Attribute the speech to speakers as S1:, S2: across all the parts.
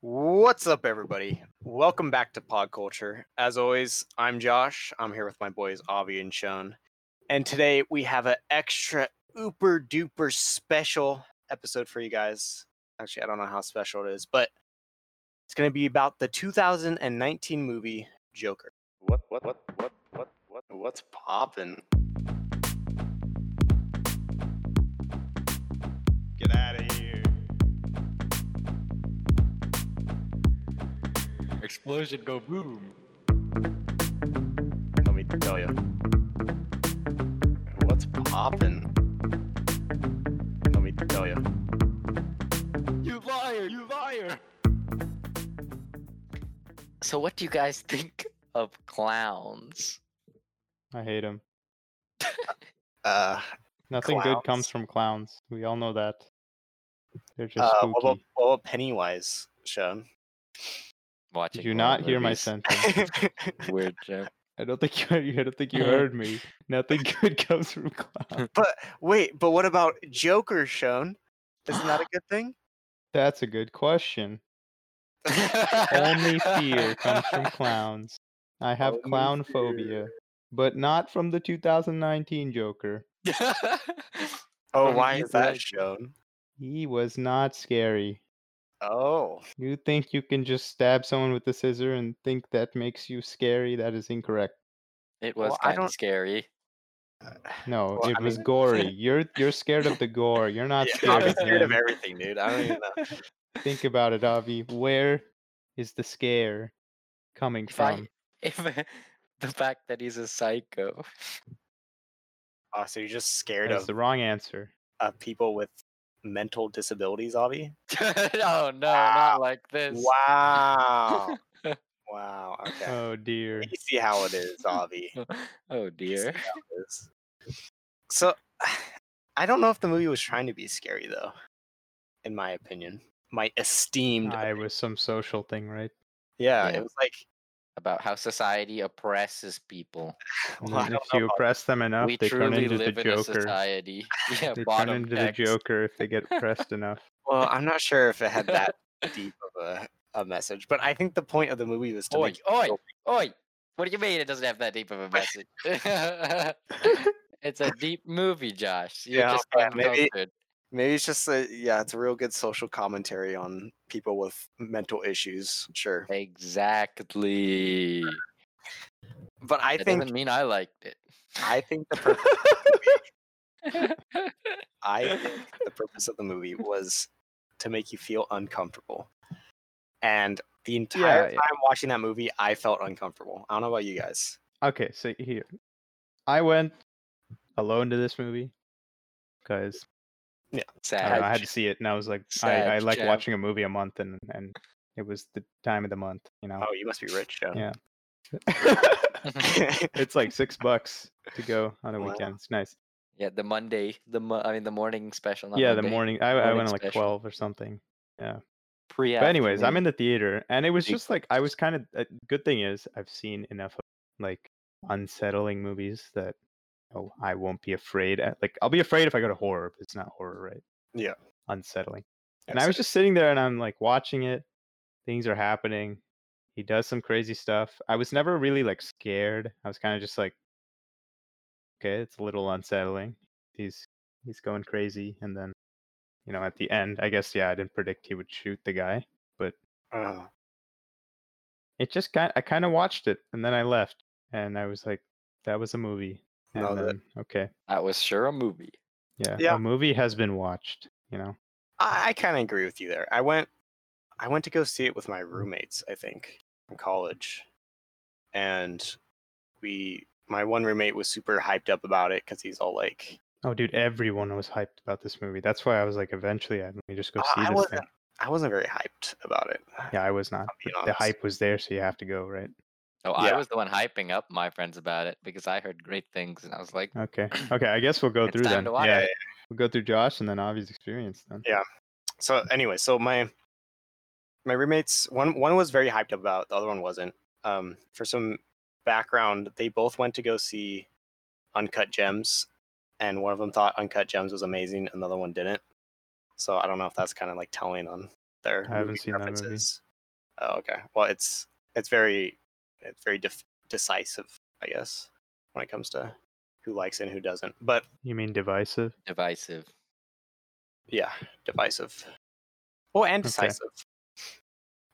S1: What's up, everybody? Welcome back to Pod Culture. As always, I'm Josh. I'm here with my boys Avi and Sean, and today we have an extra uber duper special episode for you guys. Actually, I don't know how special it is, but it's going to be about the 2019 movie Joker.
S2: What what what what what what
S1: What's poppin'?
S2: get out of here.
S3: Explosion go boom.
S1: Let me tell you. What's poppin'? Let me tell you.
S3: You liar, you liar.
S4: So, what do you guys think of clowns?
S5: I hate him.
S1: Uh,
S5: Nothing good
S1: Clowns.
S5: comes from clowns. We all know that. They're just
S1: uh
S5: spooky.
S1: what about, what about Pennywise, Sean?
S4: Watching.
S5: Did you
S4: horror
S5: not hear my
S4: movies.
S5: sentence?
S4: Weird joke.
S5: I don't think you. I don't think you heard me. Nothing good comes from clowns.
S1: but wait, but what about Joker, Sean? Isn't that a good thing?
S5: That's a good question. Only fear comes from clowns. I have
S1: Only
S5: clown phobia, but not from the 2019 Joker.
S1: Oh,
S4: From
S1: why
S4: you
S1: is that
S4: guys.
S1: shown?
S5: He was not scary.
S1: Oh,
S5: You think you can just stab someone with a scissor and think that makes you scary? That is incorrect.
S4: It
S1: Well,
S4: was
S1: I
S4: kind
S1: don't-
S4: of scary.
S5: No,
S1: Well,
S5: it
S1: I
S5: was
S1: mean-
S5: gory. You're you're scared of the gore. You're not
S1: yeah,
S5: scared
S1: I'm
S5: of
S1: scared of
S5: him.
S1: everything, dude. I don't even know.
S5: Think about it, Avi. Where is the scare coming
S4: If I-
S5: from?
S4: If the fact that he's a psycho.
S1: Oh, so you're just scared
S5: That's
S1: of
S5: the wrong answer.
S1: uh, people with mental disabilities, Avi?
S4: oh no,
S1: Wow.
S5: Ah!
S4: not like this.
S1: Wow. wow. Okay.
S5: Oh dear.
S1: you see how it is, Avi.
S4: oh
S1: You see how
S4: dear.
S1: it is. So, I don't know if the movie was trying to be scary, though. In my opinion, my esteemed,
S5: I Ah, was some social thing, right?
S1: yeah,
S4: Yeah.
S1: it was like
S4: About how society oppresses people.
S5: And
S1: Well, I don't know
S5: then if you
S1: about-
S5: oppress them enough,
S4: we
S5: they turn
S4: truly
S5: into the
S4: live in a
S5: Joker.
S4: society. Yeah,
S5: They turn
S4: bottom
S5: into
S4: text.
S5: the Joker if they get oppressed enough.
S1: Well, I'm not sure if it had that deep of a, a message, but I think the point of the movie was to
S4: Oi,
S1: make
S4: oi, oi! What do you mean it doesn't have that deep of a message? it's a deep movie, Josh. You're
S1: Yeah,
S4: just
S1: okay, maybe-
S4: uncultured.
S1: maybe it's just a yeah, it's a real good social commentary on people with mental issues, sure.
S4: Exactly.
S1: But I
S4: that
S1: think
S4: doesn't mean I liked it.
S1: I think the purpose I think the purpose of the movie was to make you feel uncomfortable. And the entire
S5: Yeah,
S1: time
S5: yeah.
S1: watching that movie, I felt uncomfortable. I don't know about you guys.
S5: Okay, so here. I went alone to this movie because I, don't know, I had
S4: Sad.
S5: to see it, and I was like,
S4: Sad
S5: I, I like
S4: jab.
S5: watching a movie a month, and and it was the time of the month, you know.
S1: Oh, you must be rich, Joe.
S5: Yeah. it's like six bucks to go on a
S1: Wow.
S5: weekend. It's nice.
S4: yeah, the Monday, the mo- I mean the morning special. Not
S5: yeah, the
S4: Monday,
S5: morning. I, I
S4: morning
S5: went at like
S4: special.
S5: twelve or something.
S4: Pre.
S5: But anyways, I'm
S4: afternoon.
S5: in the theater, and it was
S4: Big
S5: just like I was kind of. A good thing is I've seen enough of like unsettling movies that oh, I won't be afraid. At, like I'll be afraid if I go to horror, but it's not horror, right?
S1: Yeah.
S5: unsettling. And I was just sitting there and I'm like watching it. Things are happening. He does some crazy stuff. I was never really like scared. I was kind of just like, okay, it's a little unsettling. He's he's going crazy, and then you know at the end, I guess yeah, I didn't predict he would shoot the guy.
S1: Oh,
S5: It just kind I kind of watched it, and then I left, and I was like, that was a movie. And
S1: No, that-
S5: then, okay,
S4: That was sure a movie.
S5: yeah,
S1: Yeah.
S5: a movie has been watched. You know,
S1: I, I kind of agree with you there. I went, I went to go see it with my roommates. I think in college, and we, my one roommate was super hyped up about it because he's all like,
S5: oh dude, everyone was hyped about this movie. That's why I was like, eventually, I, let me just go
S1: I-
S5: see
S1: I
S5: this thing.
S1: wasn't, I wasn't very hyped about it.
S5: Yeah, I was not.
S1: be
S5: but The
S1: honest.
S5: hype was there, so you have to go, right?
S4: Oh,
S1: Yeah.
S4: I was the one hyping up my friends about it because I heard great things, and I was like,
S5: Okay. Okay, I guess we'll go
S4: It's
S5: through
S4: time
S5: then.
S4: to watch
S5: Yeah.
S1: it.
S5: We'll go through Josh and then Avi's experience then.
S1: Yeah. So anyway, so my, my roommates, one one was very hyped up about, it, the other one wasn't. Um, for some background, they both went to go see Uncut Gems, and one of them thought Uncut Gems was amazing, another one didn't. So I don't know if that's kind of like telling on their
S5: I haven't
S1: movie
S5: seen that movie.
S1: preferences. Oh, okay. Well, it's it's very it's very def- decisive, I guess, when it comes to who likes it and who doesn't. But
S5: You mean divisive?
S4: Divisive.
S1: yeah, divisive. Well, and
S5: Okay.
S1: decisive.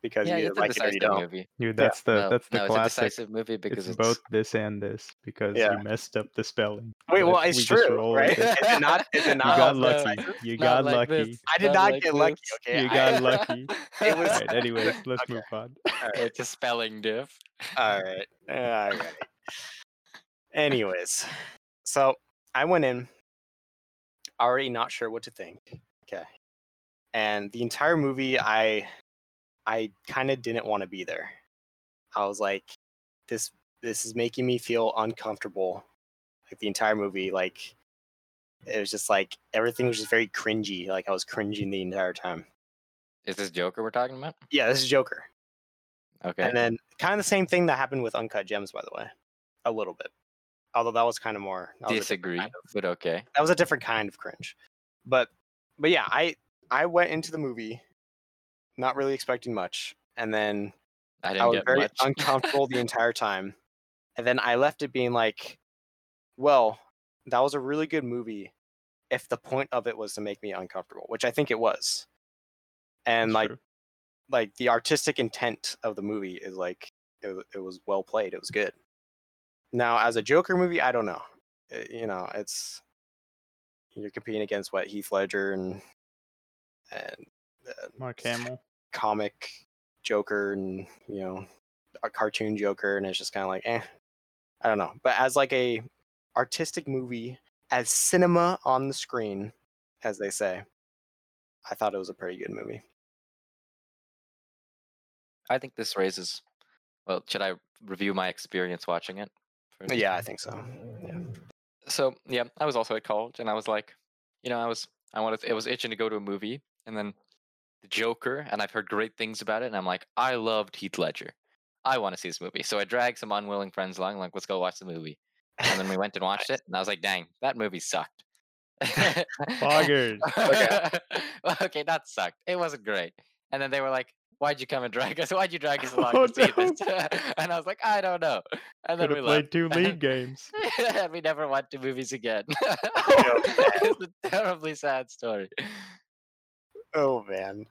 S1: Because
S4: yeah,
S1: you
S4: it's
S1: either
S4: a
S1: like it or you
S4: decisive
S1: don't.
S4: movie.
S5: Dude, that's the
S4: no,
S5: that's the
S4: no, it's a
S5: classic.
S4: decisive movie because it's,
S5: It's, both this and this because
S1: Yeah.
S5: you messed up the spelling.
S1: Wait,
S5: but
S1: well,
S5: we
S1: it's
S5: just
S1: true,
S5: roll
S1: right?
S5: with it.
S1: Is it not? Is it
S5: You
S1: not? uh,
S5: got
S4: no,
S5: lucky.
S4: it's
S5: You
S4: not
S5: got
S4: like
S5: lucky.
S4: this,
S1: I did
S4: not
S1: not
S4: like
S1: get lucky.
S4: this.
S1: Okay,
S5: You
S1: I-
S5: got lucky.
S1: It was-
S5: All right. Anyways, let's
S1: Okay.
S5: move on.
S4: it's a spelling diff.
S1: All right. All right. Anyways, so I went in already not sure what to think. Okay. And the entire movie I I kind of didn't want to be there. I was like this this is making me feel uncomfortable. Like the entire movie like it was just like everything was just very cringy. Like I was cringing the entire time.
S4: Is this Joker we're talking about?
S1: Yeah, this is Joker.
S4: Okay.
S1: And then kind of the same thing that happened with Uncut Gems, by the way, a little bit. Although that was kind of more that was a different
S4: Disagree,
S1: kind of-
S4: but okay.
S1: that was a different kind of cringe. But but yeah, I I went into the movie not really expecting much, and then
S4: I didn't
S1: I was
S4: get
S1: very
S4: much.
S1: uncomfortable the entire time. And then I left it being like, well, that was a really good movie if the point of it was to make me uncomfortable, which I think it was. And like
S5: Sure.
S1: like the artistic intent of the movie is like it, w- it was well played it was good now as a joker movie i don't know Uh, you know it's you're competing against what heath ledger and and uh,
S5: Mark Hamill.
S1: comic joker and you know a cartoon joker and it's just kind of like eh i don't know but as like a artistic movie as cinema on the screen as they say i thought it was a pretty good movie
S4: I think this raises. Well, should I review my experience watching it? first?
S1: yeah i think so yeah
S4: So yeah, I was also at college, and I was like, you know, I was I wanted I was itching to go to a movie, and then the Joker, and I've heard great things about it, and I'm like, I loved Heath Ledger. I want to see this movie. So I dragged some unwilling friends along, like, let's go watch the movie. And then we went and watched it, and I was like, dang, that movie sucked.
S5: Foggers.
S4: okay. okay, that sucked. It wasn't great. And then they were like, Why'd you come and drag us? Why'd you drag us along
S5: Oh,
S4: to see this? and I was like, I don't know. And then we
S5: Could have
S4: left.
S5: played two league games.
S4: and we never went to movies again. it's a terribly sad story.
S1: Oh man.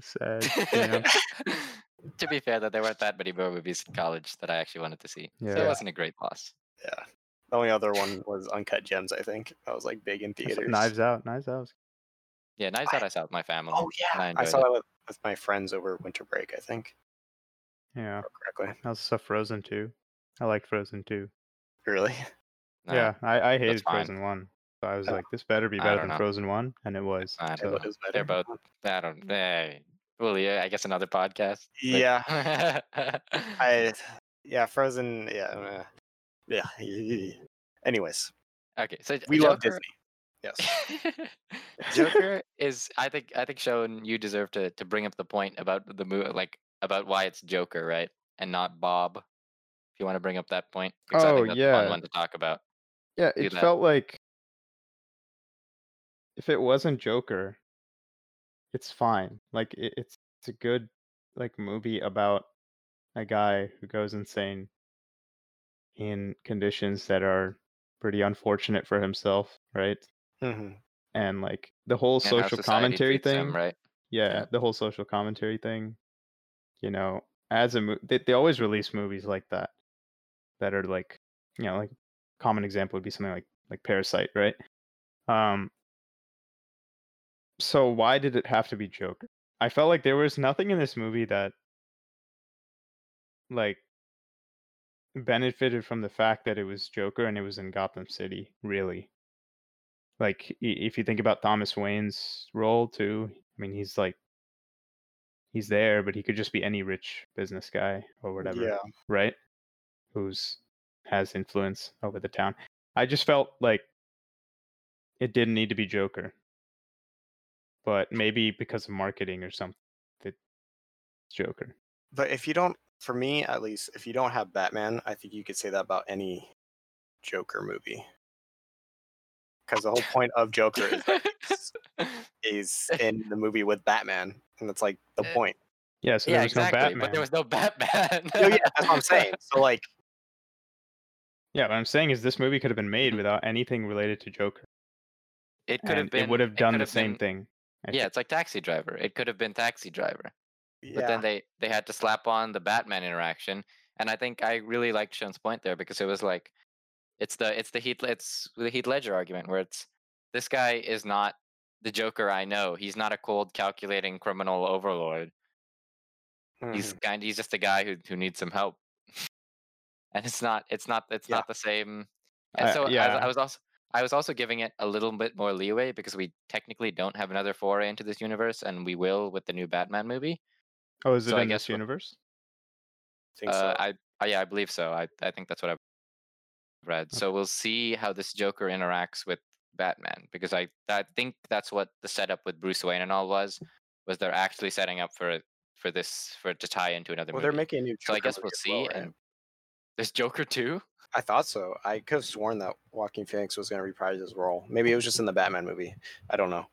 S5: Sad. Yeah.
S4: to be fair, though, there weren't that many more movies in college that I actually wanted to see. So
S5: Yeah.
S4: it wasn't a great loss.
S1: The only other one was Uncut Gems, I think. That was like big in theaters.
S5: Knives Out. Knives Out. was-
S4: Yeah, Knives
S1: I-
S4: Out I saw with my family.
S1: Oh
S4: and
S1: yeah. I,
S4: enjoyed
S1: saw
S4: it.
S1: that with, with my friends over winter break, I think.
S5: Yeah.
S1: Correctly.
S5: I also saw Frozen 2. I liked Frozen 2.
S1: Really?
S4: No,
S5: yeah, I, I hated
S4: fine.
S5: Frozen 1. So I was
S1: Oh.
S5: like, this better be
S4: I
S5: better
S4: don't
S5: than
S4: know.
S5: Frozen 1. And it was.
S4: fine.
S5: so-
S1: It was better.
S4: They're both. I
S5: Mm.
S4: don't. Eh, well, yeah, I guess another podcast. but-
S1: Yeah. I yeah, Frozen, yeah. uh, yeah. Anyways,
S4: okay, so J-
S1: we love
S4: Joker-
S1: Disney. Yes.
S4: Joker is. I think. I think Sean, you deserve to to bring up the point about the movie, like about why it's Joker, right, and not Bob. If you want to bring up that point, because I
S5: Oh,
S4: think that's a
S5: yeah.
S4: fun one to talk about.
S5: Yeah,
S4: do
S5: it
S4: that.
S5: felt like if it wasn't Joker, it's fine. Like it, it's it's a good like movie about a guy who goes insane in conditions that are pretty unfortunate for himself, right?
S1: hmm
S5: And like the whole
S4: and how
S5: social
S4: society
S5: commentary
S4: treats him,
S5: thing,
S4: right?
S5: yeah, the whole social commentary thing. You know, as a mo- they, they always release movies like that that are like, you know, like common example would be something like like Parasite, right? Um so why did it have to be Joker? I felt like there was nothing in this movie that like benefited from the fact that it was Joker and it was in Gotham City, really. Like i- if you think about Thomas Wayne's role too, I mean he's like he's there, but he could just be any rich business guy or whatever
S1: Yeah.
S5: right? Who's has influence over the town. I just felt like it didn't need to be Joker. But maybe because of marketing or something that it's Joker.
S1: But if you don't for me at least, if you don't have Batman, I think you could say that about any Joker movie. Because the whole point of Joker is is in the movie with Batman, and that's like the
S4: Uh,
S1: point.
S5: Yeah, so
S4: yeah,
S5: there was
S4: exactly.
S5: no Batman.
S4: But there was no Batman.
S1: Oh, yeah, that's what I'm saying. So like,
S5: Yeah, what I'm saying is this movie could have been made
S4: Mm-hmm.
S5: without anything related to Joker.
S4: It could have
S5: and
S4: been.
S5: It would have
S4: could
S5: done the
S4: have
S5: same
S4: been-
S5: thing. I
S4: Yeah, it's like Taxi Driver. It could have been Taxi Driver.
S1: yeah,
S4: But then they they had to slap on the Batman interaction, and I think I really liked Sean's point there because it was like, it's the it's the Heath it's the Heath Ledger argument where it's this guy is not the Joker I know. He's not a cold, calculating criminal overlord.
S1: Hmm.
S4: He's kind. He's just a guy who who needs some help. and it's not. It's not. It's
S1: Yeah.
S4: not the same. And
S5: Uh,
S4: so I was-
S5: yeah.
S4: I, was also. I was also giving it a little bit more leeway because we technically don't have another foray into this universe, and we will with the new Batman movie.
S5: Oh, is it
S4: So I
S5: in
S4: guess
S5: this
S4: what-
S5: universe?
S1: think
S4: Uh,
S1: so.
S4: I, I yeah, I believe so. I I think that's what I've read. So we'll see how this Joker interacts with Batman because I I think that's what the setup with Bruce Wayne and all was was they're actually setting up for for this for it to tie into another
S1: well,
S4: movie.
S1: they're making a new.
S4: so I
S1: Joker
S4: guess we'll
S1: movie as
S4: see.
S1: well, right?
S4: and there's Joker too.
S1: I thought so. I could have sworn that Joaquin Phoenix was going to reprise his role. Maybe it was just in the Batman movie. I don't know.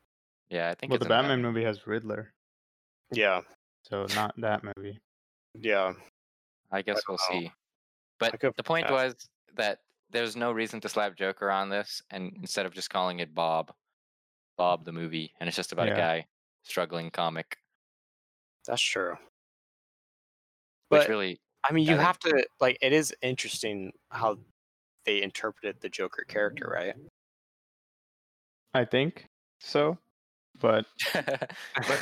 S4: Yeah, I think
S5: Well,
S4: it's
S5: the
S4: in that
S5: Batman movie has Riddler,
S1: Yeah,
S5: so not that movie.
S1: yeah.
S4: I guess
S1: don't
S4: we'll
S1: know.
S4: see. But
S1: could
S4: the point
S1: ask.
S4: was that there's no reason to slap Joker on this, and instead of just calling it Bob, Bob the movie, and it's just about
S5: Yeah.
S4: a guy struggling comic,
S1: That's true.
S4: which
S1: But
S4: really,
S1: I mean, you
S4: I think-
S1: have to like. It is interesting how they interpreted the Joker character, right?
S5: I think so, but
S4: but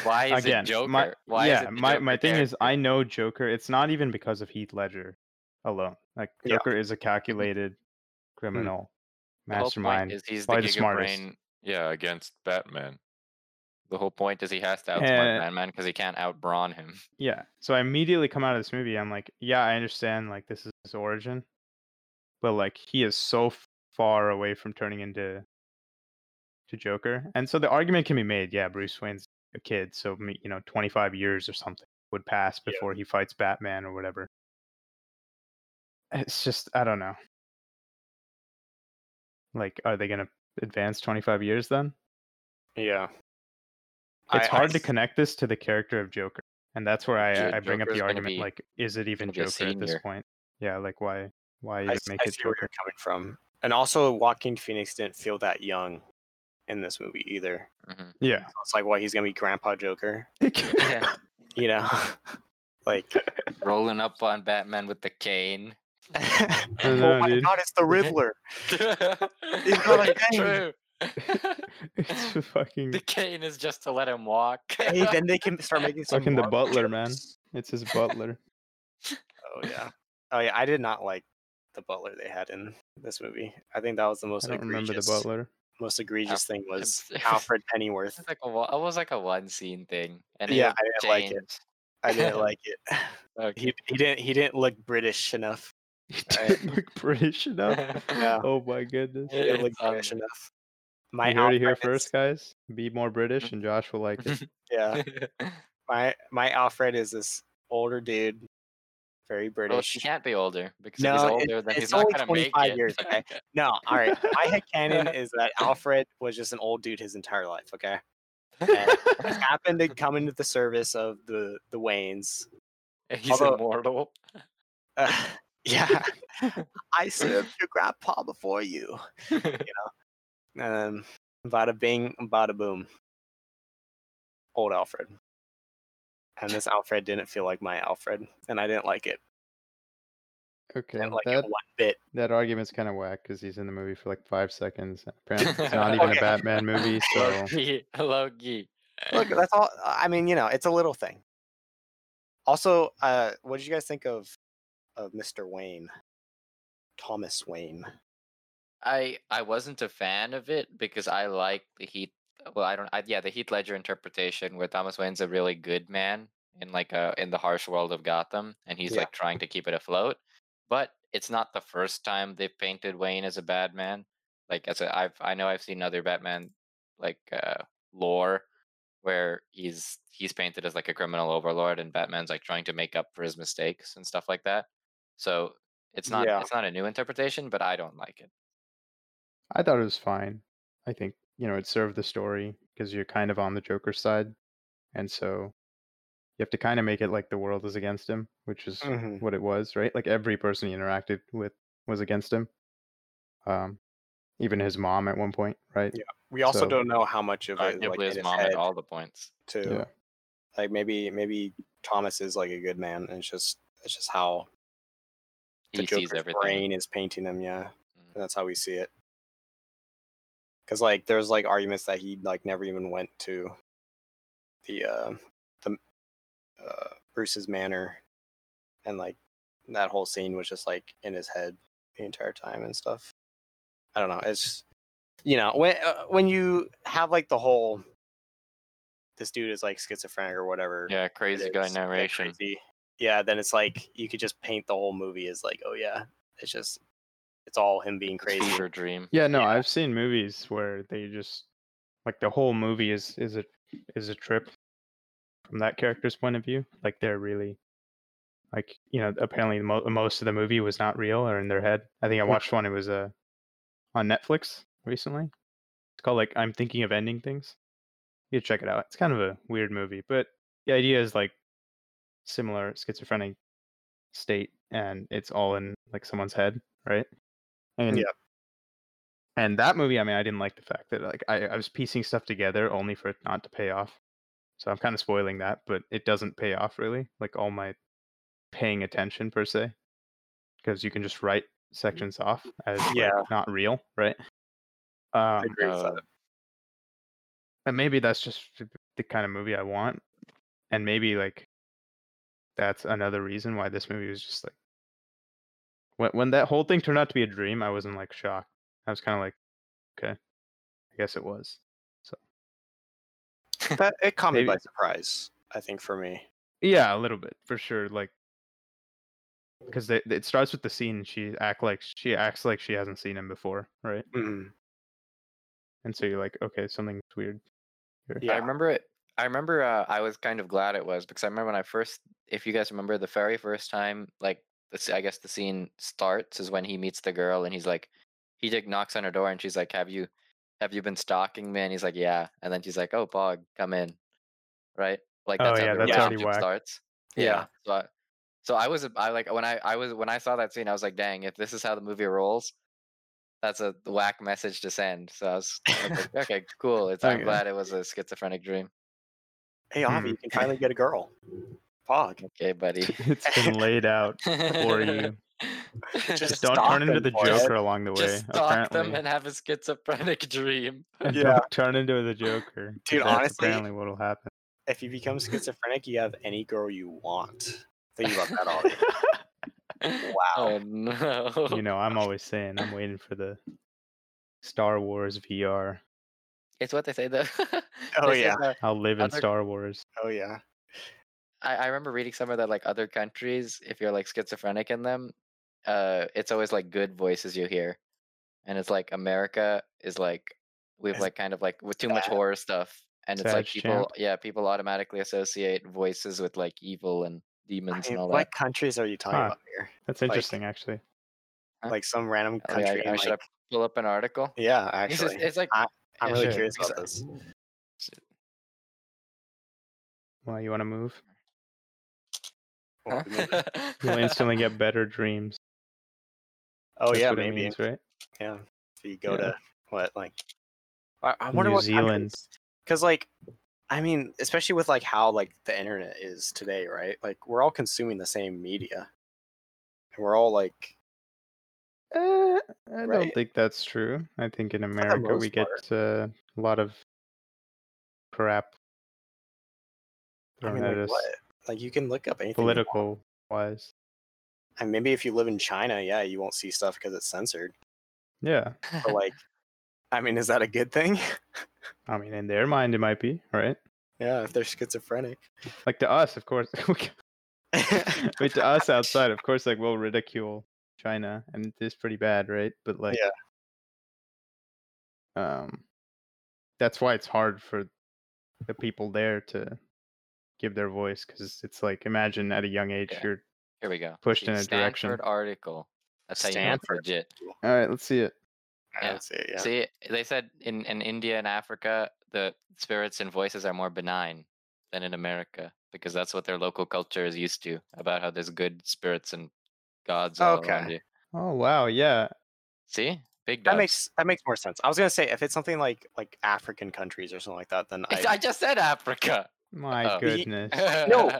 S4: why is
S5: again,
S4: it Joker?
S5: my
S4: why
S5: yeah,
S4: is it the
S5: my
S4: Joker
S5: my thing is
S4: character?
S5: I know Joker. It's not even because of Heath Ledger alone. Like
S1: Yeah.
S5: Joker is a calculated criminal
S4: Mm-hmm. Mm. The whole point
S5: mastermind.
S4: is he's
S5: probably
S4: the,
S5: the
S4: Giga
S5: smartest.
S4: Brain, yeah, against Batman. The whole point is he has to outsmart
S5: Eh.
S4: Batman because he can't outbrawn him.
S5: Yeah. So I immediately come out of this movie. I'm like, yeah, I understand. Like this is his origin, but like he is so f- far away from turning into to Joker. And so the argument can be made. Yeah, Bruce Wayne's a kid, so me- you know, 25 years or something would pass
S1: Yeah.
S5: before he fights Batman or whatever. It's just I don't know. Like, are they gonna advance 25 years then?
S1: Yeah.
S5: it's hard to
S1: connect.
S5: connect this to the character of Joker, and that's where
S4: Jo-
S5: I, I bring
S4: Joker's
S5: up the
S4: gonna
S5: argument:
S4: be-
S5: like, is it even
S4: gonna be a
S5: Joker at this
S4: senior.
S5: point? Yeah, like why, why
S1: I,
S5: even
S1: s-
S5: make
S1: I
S5: it
S1: see where you're
S5: Joker?
S1: coming from. And also, Joaquin Phoenix didn't feel that young in this movie either.
S4: Mhm.
S5: Yeah,
S1: So it's like, well, he's gonna be Grandpa Joker,
S4: Yeah,
S1: you know? like,
S4: Rolling up on Batman with the cane.
S5: don't
S1: oh
S5: know,
S1: my
S5: dude.
S1: God, it's the Riddler.
S4: it's
S1: not a cane.
S5: it's just fucking,
S4: the cane is just to let him walk.
S1: hey, then they can start making some.
S5: fucking the
S1: Marvel
S5: butler, man.
S1: jokes.
S5: It's his butler.
S1: Oh yeah. Oh yeah. I did not like the butler they had in this movie. I think that was the most
S5: I don't
S1: egregious.
S5: remember the butler.
S1: Most egregious thing was
S4: it was-
S1: Alfred Pennyworth.
S4: It's like a, wa- it was like a one scene thing, and he
S1: Yeah,
S4: was
S1: I didn't like it.
S4: changed.
S1: I didn't like it.
S4: Okay.
S1: He, he didn't he didn't look British enough.
S5: He
S1: Right.
S5: didn't look British enough.
S1: Yeah.
S5: Oh my goodness!
S1: He didn't look
S4: It's
S1: British
S4: unreal.
S1: enough. My
S5: you heard it here
S1: Alfred is-
S5: first, guys. Be more British, and Josh will like it.
S1: Yeah. my my Alfred is this older dude, very
S4: well, he
S1: British.
S4: Oh, can't be older because if
S1: No, it-
S4: he's older, then
S1: it's
S4: he's not
S1: only
S4: gonna make
S1: 25
S4: it.
S1: years, okay? No, all right. My headcanon is that Alfred was just an old dude his entire life. Okay, Just happened to come into the service of the the Waynes.
S4: he's
S1: Although-
S4: immortal.
S1: Uh, yeah, I served your grandpa before you. Um, bada bing, bada boom. Old Alfred. And this Alfred didn't feel like my Alfred, and I didn't like it.
S5: Okay,
S1: Didn't like it
S5: that
S1: one bit.
S5: that argument's kind of whack because he's in the movie for like five seconds. Apparently, it's not even
S1: Okay.
S5: a Batman movie, so.
S4: Loki, Loki.
S1: Look, that's all. I mean, you know, it's a little thing. Also, uh, what did you guys think of of Mr. Wayne, Thomas Wayne?
S4: I I wasn't a fan of it because I like the Heath. Well, I don't. I, yeah, the Heath Ledger interpretation where Thomas Wayne's a really good man in like a in the harsh world of Gotham, and he's
S1: Yeah.
S4: like trying to keep it afloat. But it's not the first time they've painted Wayne as a bad man. Like as a, I've I know I've seen other Batman like uh, lore where he's he's painted as like a criminal overlord, and Batman's like trying to make up for his mistakes and stuff like that. So it's not
S1: Yeah.
S4: it's not a new interpretation, but I don't like it.
S5: I thought it was fine. I think you know it served the story because you're kind of on the Joker side, and so you have to kind of make it like the world is against him, which is
S1: Mhm.
S5: what it was, right? Like every person he interacted with was against him. Um, even his mom at one point, right?
S1: Yeah. We also
S5: So-
S1: don't know how much of it
S4: Arguably,
S1: like, in
S4: his
S1: his
S4: mom
S1: head,
S4: had all the points.
S1: too.
S5: Yeah.
S1: Like maybe maybe Thomas is like a good man, and it's just it's just how the
S4: He sees
S1: Joker's
S4: everything.
S1: brain is painting him. Yeah,
S4: Mhm.
S1: and that's how we see it. Because like there's like arguments that he like never even went to the uh, the uh, Bruce's manor, and like that whole scene was just like in his head the entire time and stuff. I don't know. It's you know when uh, when you have like the whole this dude is like schizophrenic or whatever
S4: Yeah,
S1: it
S4: crazy guy
S1: is, yeah,
S4: narration.
S1: crazy. Yeah, then it's like you could just paint the whole movie as like, oh yeah, it's just it's all him being crazy.
S4: Fever dream.
S5: Yeah, no,
S1: Yeah.
S5: I've seen movies where they just like the whole movie is is a is a trip from that character's point of view. Like they're really like you know apparently mo- most of the movie was not real or in their head. I think I watched one. It was uh, on Netflix recently. It's called like I'm thinking of ending things. You should check it out. It's kind of a weird movie, but the idea is like similar schizophrenic state, and it's all in like someone's head, right? And
S1: Yeah.
S5: and that movie, I mean, I didn't like the fact that like I, I was piecing stuff together only for it not to pay off. So I'm kind of spoiling that, but it doesn't pay off really. Like all my paying attention per se, because you can just write sections off as like,
S1: Mm. Yeah.
S5: not real, right? Um,
S1: I agree with
S4: Uh,
S1: that.
S5: and maybe that's just th- the kind of movie I want, and maybe like that's another reason why this movie was just like when when that whole thing turned out to be a dream, I wasn't like shocked. I was kind of like, okay, I guess it was.
S1: That- it caught me by
S5: maybe-
S1: surprise, I think for me.
S5: Yeah, a little bit for sure. Like because it, it starts with the scene, and she act like she acts like she hasn't seen him before, right?
S4: Mm-hmm.
S1: Mhm.
S5: And so you're like, okay, something's weird.
S4: I
S1: Yeah.
S4: remember it. I remember. Uh, I was kind of glad it was because I remember when I first. If you guys remember, the very first time, like the s- I guess the scene starts is when he meets the girl and he's like, he like knocks on her door and she's like, "Have you, have you been stalking me?" And he's like, "Yeah." And then she's like, "Oh, Bog, come in," right? Like
S5: Oh,
S4: that's
S5: yeah,
S4: how the
S5: that's already
S4: relationship
S5: whack.
S4: starts.
S1: Yeah.
S4: So I, so I was I like when I I was when I saw that scene, I was like, "Dang, if this is how the movie rolls." That's a whack message to send. So I was like, okay, cool. It's, I'm
S5: Okay.
S4: glad it was a schizophrenic dream.
S1: Hey Avi,
S5: Hmm.
S4: Mm-hmm.
S1: you can finally get a girl. Pog.
S4: Okay, buddy.
S5: it's been laid out for you.
S1: Just
S5: Just don't
S1: stalk
S5: turn into
S1: them
S5: the
S1: for it.
S5: Joker along the way.
S4: Just stalk
S5: apparently.
S4: them and have a schizophrenic dream.
S5: and
S1: Yeah.
S5: don't turn into the Joker. 'cause
S1: Dude,
S5: that's
S1: honestly-
S5: apparently what'll happen.
S1: If you become schizophrenic, you have any girl you want. Think about that all
S4: Oh
S1: Wow.
S4: no.
S5: You know, I'm always saying I'm waiting for the Star Wars VR.
S4: It's what they say though.
S1: Oh,
S4: They say
S1: yeah.
S4: that-
S5: I'll live in
S4: Other-
S5: Star Wars.
S1: Oh yeah.
S4: I, I remember reading somewhere that like other countries, if you're like schizophrenic in them, uh, it's always like good voices you hear, and it's like America is like we've
S1: It's
S4: like kind of like with too much
S1: sad.
S4: horror stuff, and it's like
S5: Sad
S4: people,
S5: champ.
S4: yeah, people automatically associate voices with like evil and
S1: I
S4: demons
S1: mean,
S4: and all
S1: what
S4: that.
S1: countries are you talking
S5: Huh.
S1: about here?
S5: That's
S1: Like-
S5: interesting, actually.
S4: Huh?
S1: Like some random
S4: Oh, yeah,
S1: country.
S4: I,
S1: in,
S4: should I
S1: like-
S4: pull up an article?
S1: yeah,
S4: It's just-
S1: actually.
S4: it's like
S1: I'm
S4: yeah,
S1: really
S5: sure.
S1: curious
S4: Because
S1: about
S4: I-
S1: this.
S5: Well, you want to move?
S1: Well, I mean-
S5: You'll instantly get better dreams.
S1: Oh
S5: That's
S1: yeah,
S5: what it
S1: maybe.
S5: means, right?
S1: Yeah. If you go
S5: Yeah.
S1: to what like I, I
S5: New
S1: wonder what
S5: Zealand.
S1: Because like I mean, especially with like how like the internet is today, right? Like we're all consuming the same media. And we're all like
S5: Uh, I
S1: Right.
S5: don't think that's true. I think in America we
S1: most
S5: get uh, a lot of crap
S1: I
S5: thrown
S1: mean
S5: at
S1: like
S5: us,
S1: what? Like you can look up anything. you want.
S5: political wise.
S1: And maybe if you live in China, yeah, you won't see stuff because it's censored.
S5: Yeah,
S1: But like I mean, is that a good thing?
S5: I mean, in their mind it might be right.
S1: yeah, if they're schizophrenic.
S5: Like to us, of course. but to us outside, of course, like we'll ridicule China, and it is pretty bad, right? But like, um, that's why it's hard for the people there to give their voice because it's like imagine at a young age
S4: Yeah.
S5: you're
S4: Here we go.
S5: pushed
S4: See,
S5: in a direction.
S4: Stanford article. That's how you know it's
S1: Stanford.
S4: legit.
S5: all right. Let's see it.
S1: I
S4: Yeah.
S1: don't see it, yeah.
S4: See, they said in, in India and Africa, the spirits and voices are more benign than in America because that's what their local culture is used to about how there's good spirits and gods all around
S1: Okay.
S4: you.
S5: Oh wow, yeah.
S4: See, big
S1: That
S4: dubs.
S1: makes that makes more sense. I was gonna say if it's something like like African countries or something like that, then
S4: I, I
S1: I.
S4: just said Africa.
S5: My
S4: Uh,
S1: Ye-
S5: goodness.
S1: No.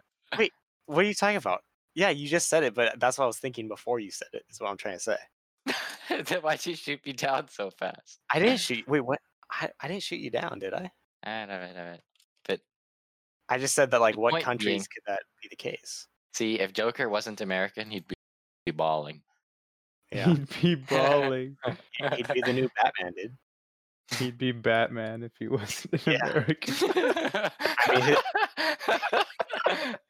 S1: What are you talking about? Yeah, you just said it, but that's what I was thinking before you said it. Is what I'm trying to say.
S4: then why'd you shoot me down so fast?
S1: I didn't shoot. Wait, what? I, I didn't shoot you down, did I?
S4: All right, all right, all right.
S1: I just said that. Like, what
S4: point
S1: countries
S4: being-
S1: could that be the case?
S4: See, if Joker wasn't American, he'd be, be bawling.
S1: Yeah,
S5: He'd be balling.
S1: he'd be the new Batman, dude.
S5: He'd be Batman if he wasn't
S1: Yeah.
S5: American.
S1: mean,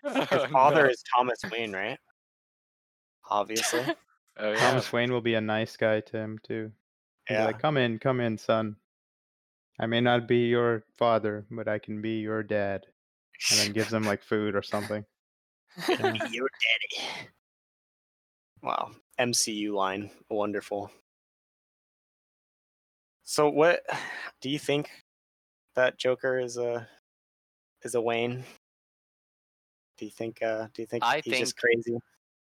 S1: His
S4: Oh,
S1: father
S4: no.
S1: is Thomas Wayne, right? Obviously.
S4: Oh, yeah.
S5: Thomas Wayne will be a nice guy to him too. He'd be
S1: yeah.
S5: like, come in, come in, son. I may not be your father, but I can be your dad. And then gives him like food or something.
S1: Be your daddy. Wow. MCU line. Wonderful. So what do you think that Joker is a is a Wayne? Do you think uh do you think
S4: I
S1: he's just crazy?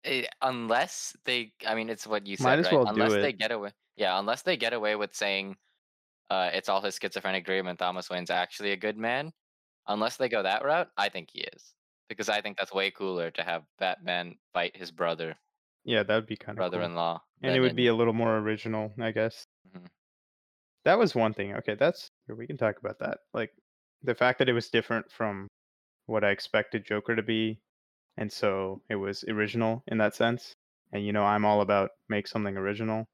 S4: Eh, unless they i mean it's what you said
S5: Might as
S4: right
S5: well do
S4: unless they
S5: it.
S4: get away yeah unless they get away with saying uh it's all his schizophrenic dream and thomas wayne's actually a good man unless they go that route i think he is because i think that's way cooler to have batman fight his brother
S5: Yeah, that would be kind of cool. And,
S4: brother-in-law
S5: it
S4: than
S5: would
S4: in-
S5: be a little more original, I guess.
S4: Mhm.
S5: That was one thing. Okay, that's here, we can talk about that. Like the fact that it was different from what I expected Joker to be, and so it was original in that sense. And you know, I'm all about make something original.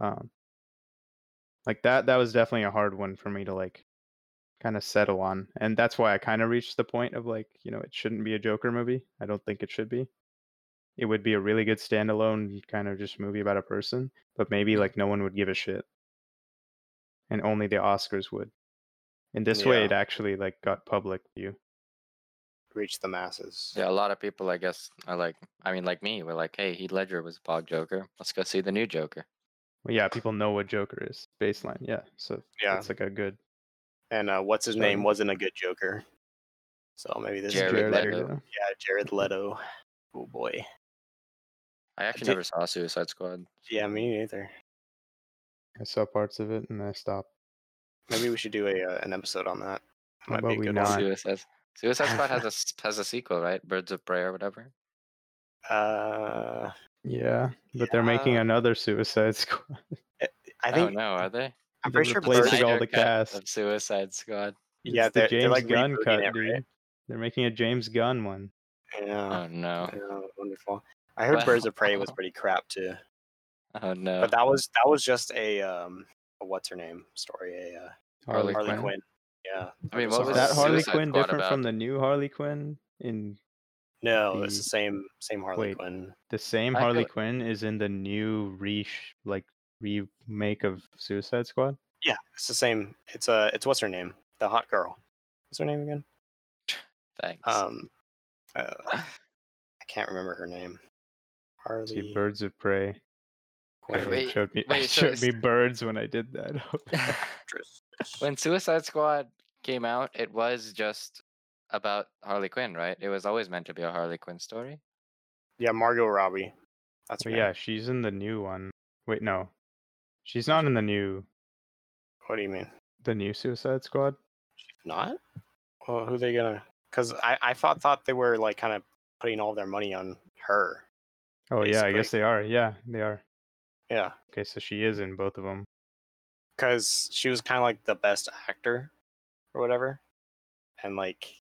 S5: Um, like that. That was definitely a hard one for me to like kind of settle on, and that's why I kind of reached the point of like, you know, it shouldn't be a Joker movie. I don't think it should be. It would be a really good standalone kind of just movie about a person, but maybe like no one would give a shit and only the Oscars would. In this way, it actually like got public view.
S1: Reach the masses.
S4: yeah a lot of people i guess are like i mean like me were like hey heath ledger was bog joker let's go see the new joker
S5: Well, yeah, people know what Joker is baseline. Yeah, so
S1: Yeah.
S5: it's like a good
S1: And uh what's his name
S5: So-
S1: wasn't a good Joker. So maybe this
S4: Jared
S1: is Jared
S4: Leto.
S1: Leto. Yeah, Jared Leto. Oh boy.
S4: i actually
S1: Did-
S4: never saw suicide squad
S1: Yeah, me neither.
S5: I saw parts of it and I stopped.
S1: Maybe we should do a uh, an episode on that.
S5: How about we
S1: one.
S5: not?
S4: suicide suicide squad has a s- has a sequel right birds of prey or whatever
S1: Uh,
S5: Yeah, but they're making
S1: Yeah.
S5: another Suicide Squad.
S1: I
S4: oh
S1: think
S4: no, are they?
S1: I'm
S5: They're
S1: pretty sure
S5: replacing
S1: Birds-
S5: all the
S4: Snyder Cut
S5: cast.
S4: of Suicide Squad.
S1: Yeah,
S5: It's the
S1: they're- they're,
S5: James
S1: like,
S5: Gunn
S1: rebooting
S5: cut,
S1: it,
S5: dude.
S1: right?
S5: They're making a James Gunn one.
S1: Yeah,
S4: Oh no,
S1: yeah, wonderful. I heard
S4: Well-
S1: Birds of Prey was pretty crap too,
S4: oh no.
S1: but that was that was just a um a what's her name story a uh,
S4: Harley
S1: Harley
S4: Quinn.
S1: Quinn. Yeah,
S4: I mean,
S1: was
S4: what
S1: a
S5: Is
S4: was
S5: that Harley
S4: Suicide
S5: Quinn
S4: Squad
S5: different from
S4: about?
S5: the new Harley Quinn? In
S1: no, it's
S5: The-
S1: the same same Harley
S5: wait.
S1: Quinn.
S5: the same
S4: I
S5: Harley
S4: thought-
S5: Quinn is in the new re like remake of Suicide Squad.
S1: Yeah, it's the same. It's uh, it's what's her name? The hot girl. What's her name again?
S4: Thanks.
S1: Um, uh, I can't remember her name.
S5: See,
S1: Harley
S5: birds of prey. I
S1: Quinn.
S4: Wait,
S5: showed me, I
S4: wait, so
S5: showed
S4: it's-
S5: me birds when I did that. up.
S4: when Suicide Squad came out, it was just about Harley Quinn, right? It was always meant to be a Harley Quinn story.
S1: Yeah, Margot Robbie. That's
S5: But
S1: her
S5: yeah,
S1: name.
S5: she's in the new one. Wait, no, she's not in the new
S1: What do you mean?
S5: the new Suicide Squad.
S1: Not? Well, who they gonna? Because I I thought thought they were like kind of putting all their money on her.
S5: Oh yeah, I guess
S1: Basically.
S5: they are. Yeah, they are.
S1: Yeah,
S5: Okay, so she is in both of them.
S1: because she was kind of like the best actor, or whatever, and like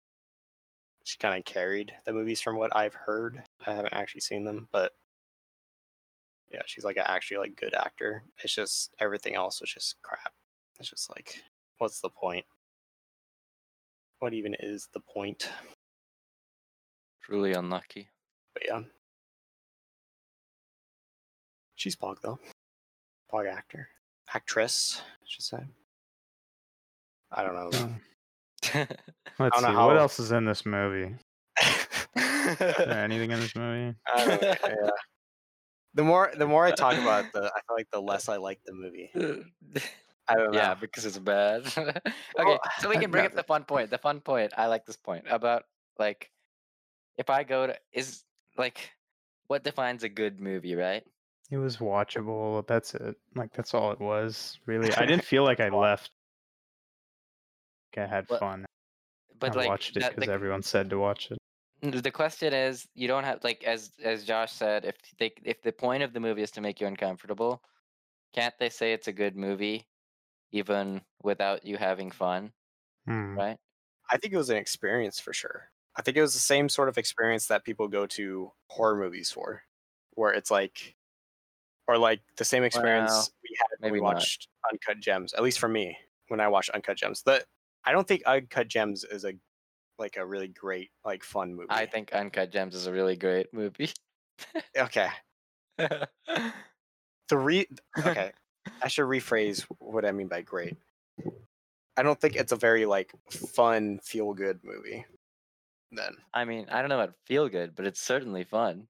S1: she kind of carried the movies from what I've heard. I haven't actually seen them, but yeah, she's like a actually like good actor. It's just everything else was just crap. It's just like, what's the point? What even is the point?
S4: Truly unlucky.
S1: But yeah. She's Pog though. Pog actor. Actress, I should say. I don't know.
S5: Oh, Let's see
S1: know
S5: what
S1: how-
S5: else is in this movie. Is there anything in this movie?
S1: I don't know, yeah. The more the more I talk about it, the I feel like the less I like the movie. I don't know.
S4: yeah, because it's bad. okay,
S1: Well,
S4: so we can bring
S1: no.
S4: up the fun point. The fun point. I like this point about Like, if I go to is like, what defines a good movie, right?
S5: It was watchable. That's it. Like that's all it was. Really, I didn't feel like I left. Like, I had
S4: Well,
S5: fun.
S4: But
S5: I
S4: like,
S5: watched it
S4: that-
S5: because
S4: the-
S5: everyone said to watch it.
S4: N- the question is you don't have like as as josh said if they if the point of the movie is to make you uncomfortable can't they say it's a good movie even without you having fun
S5: Hmm.
S4: right
S1: I think it was an experience for sure. I think it was the same sort of experience that people go to horror movies for, where it's like, or like the same experience
S4: Well,
S1: we had when we
S4: maybe not.
S1: watched Uncut Gems. At least for me, when I watched Uncut Gems, the I don't think Uncut Gems is a like a really great like fun movie.
S4: i think uncut gems is a really great movie
S1: okay. The re okay, I should rephrase what I mean by great. I don't think it's a very like fun, feel good movie. Then.
S4: i mean i don't know about feel good but it's certainly fun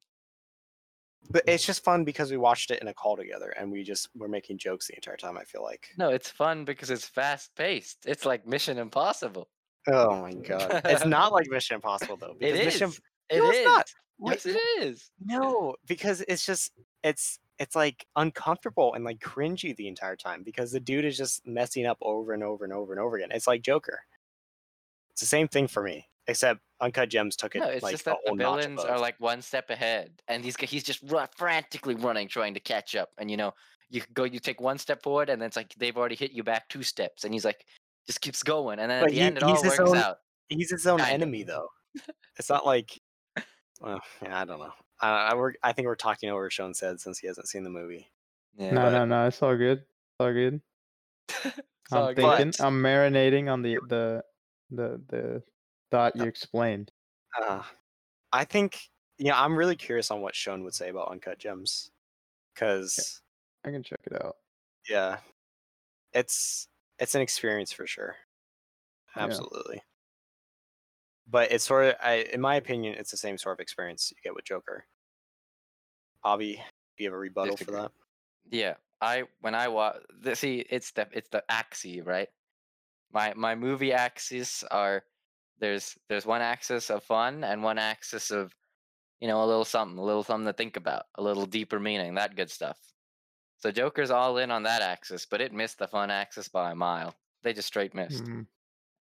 S1: but it's just fun because we watched it in a call together and we just were making jokes the entire time i feel like
S4: no it's fun because it's fast paced it's like mission impossible
S1: oh my god it's not like mission impossible though
S4: it
S1: because
S4: is
S1: mission
S4: it
S1: No,
S4: is
S1: it's not. Wait,
S4: yes it is
S1: no because it's just it's it's like uncomfortable and like cringy the entire time because the dude is just messing up over and over and over and over again it's like joker it's the same thing for me except uncut gems took it
S4: No, it's
S1: like
S4: just that
S1: a
S4: the
S1: whole notch
S4: villains are
S1: above.
S4: like one step ahead, and he's g- he's just run, frantically running, trying to catch up. And you know, you go, you take one step forward, and then it's like they've already hit you back two steps, and he's like just keeps going, and then
S1: But
S4: at the
S1: he-
S4: end it
S1: he's
S4: all
S1: his
S4: works
S1: own-
S4: out.
S1: he's his own
S4: Kind of.
S1: enemy though it's not like well, yeah, i don't know I, I, we're, I think we're talking over sean said since he hasn't seen the movie
S4: Yeah,
S5: No, no, no. It's all good. It's all good.
S4: it's all
S5: I'm
S4: good.
S5: thinking.
S1: But-
S5: I'm marinating on the the the the thought you explained.
S1: Uh, I think yeah, I'm really curious on what Sean would say about Uncut Gems, because
S5: I can check it out.
S1: yeah, it's it's an experience for sure,
S5: Yeah.
S1: absolutely. But it's sort of, I, in my opinion, it's the same sort of experience you get with Joker. Avi, do you have a rebuttal
S4: Disagree.
S1: for that?
S4: Yeah, I when I watch, see, it's the it's the axis, right? My my movie axes are there's there's one axis of fun and one axis of you know a little something, a little something to think about, a little deeper meaning, that good stuff. So Joker's all in on that axis, but it missed the fun axis by a mile. They just straight missed.
S5: Mhm.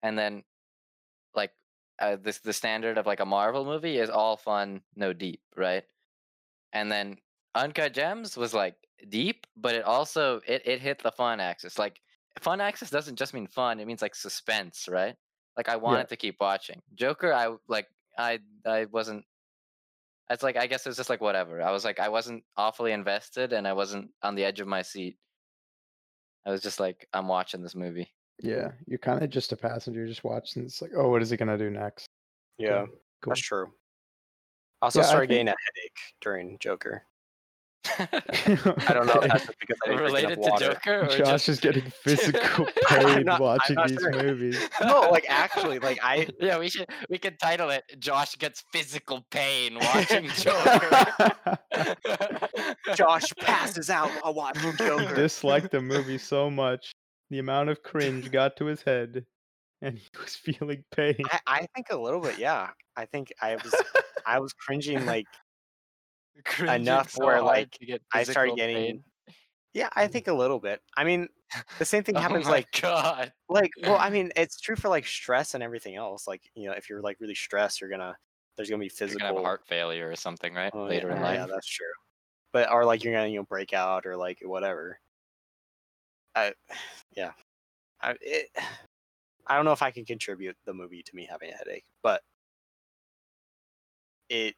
S4: And then like uh, this the standard of like a Marvel movie is all fun, no deep, right? And then Uncut Gems was like deep, but it also it, it hit the fun axis. Like fun axis doesn't just mean fun; it means like suspense, right? Like I wanted to keep watching Joker. I w- like I I wasn't. It's like I guess it's just like whatever. I was like I wasn't awfully invested, and I wasn't on the edge of my seat. I was just like I'm watching this movie.
S5: Yeah, you're kind of just a passenger, just watching. It's like, oh, what is he gonna do next?
S1: Yeah,
S5: cool.
S1: that's true. Also,
S5: Yeah, I
S1: started getting
S5: think-
S1: a headache during Joker. I
S5: I
S1: don't know if that's just because I didn't drink enough
S4: Related to
S1: water.
S4: Joker, or
S5: Josh
S4: just...
S5: is getting physical
S4: I'm
S5: pain
S1: not- I'm
S5: watching
S1: not
S5: these
S1: sure.
S5: movies.
S1: No, like, actually, like, I-
S4: Yeah, we should we could title it Josh gets physical pain watching Joker.
S1: Josh passes out while watching Joker.
S5: Disliked the movie so much, the amount of cringe got to his head, and he was feeling pain.
S1: I, I think a little bit, yeah. I think I was I was cringing like
S4: Cringing
S1: enough
S4: so
S1: where,
S4: hard
S1: like,
S4: to get
S1: I started
S4: physical
S1: getting
S4: pain.
S1: yeah, I think a little bit. I mean, the same thing
S4: Oh
S1: happens
S4: my
S1: like
S4: God.
S1: like well, I mean, it's true for like stress and everything else. Like, you know, if you're like really stressed, you're going to there's going to be
S4: You're
S1: physical
S4: gonna have heart failure or something, right?
S1: oh,
S4: Later
S1: yeah,
S4: in
S1: Yeah,
S4: life.
S1: that's true. But or like you're going to you know break out or like whatever. I yeah. I it, I don't know if I can contribute the movie to me having a headache, but it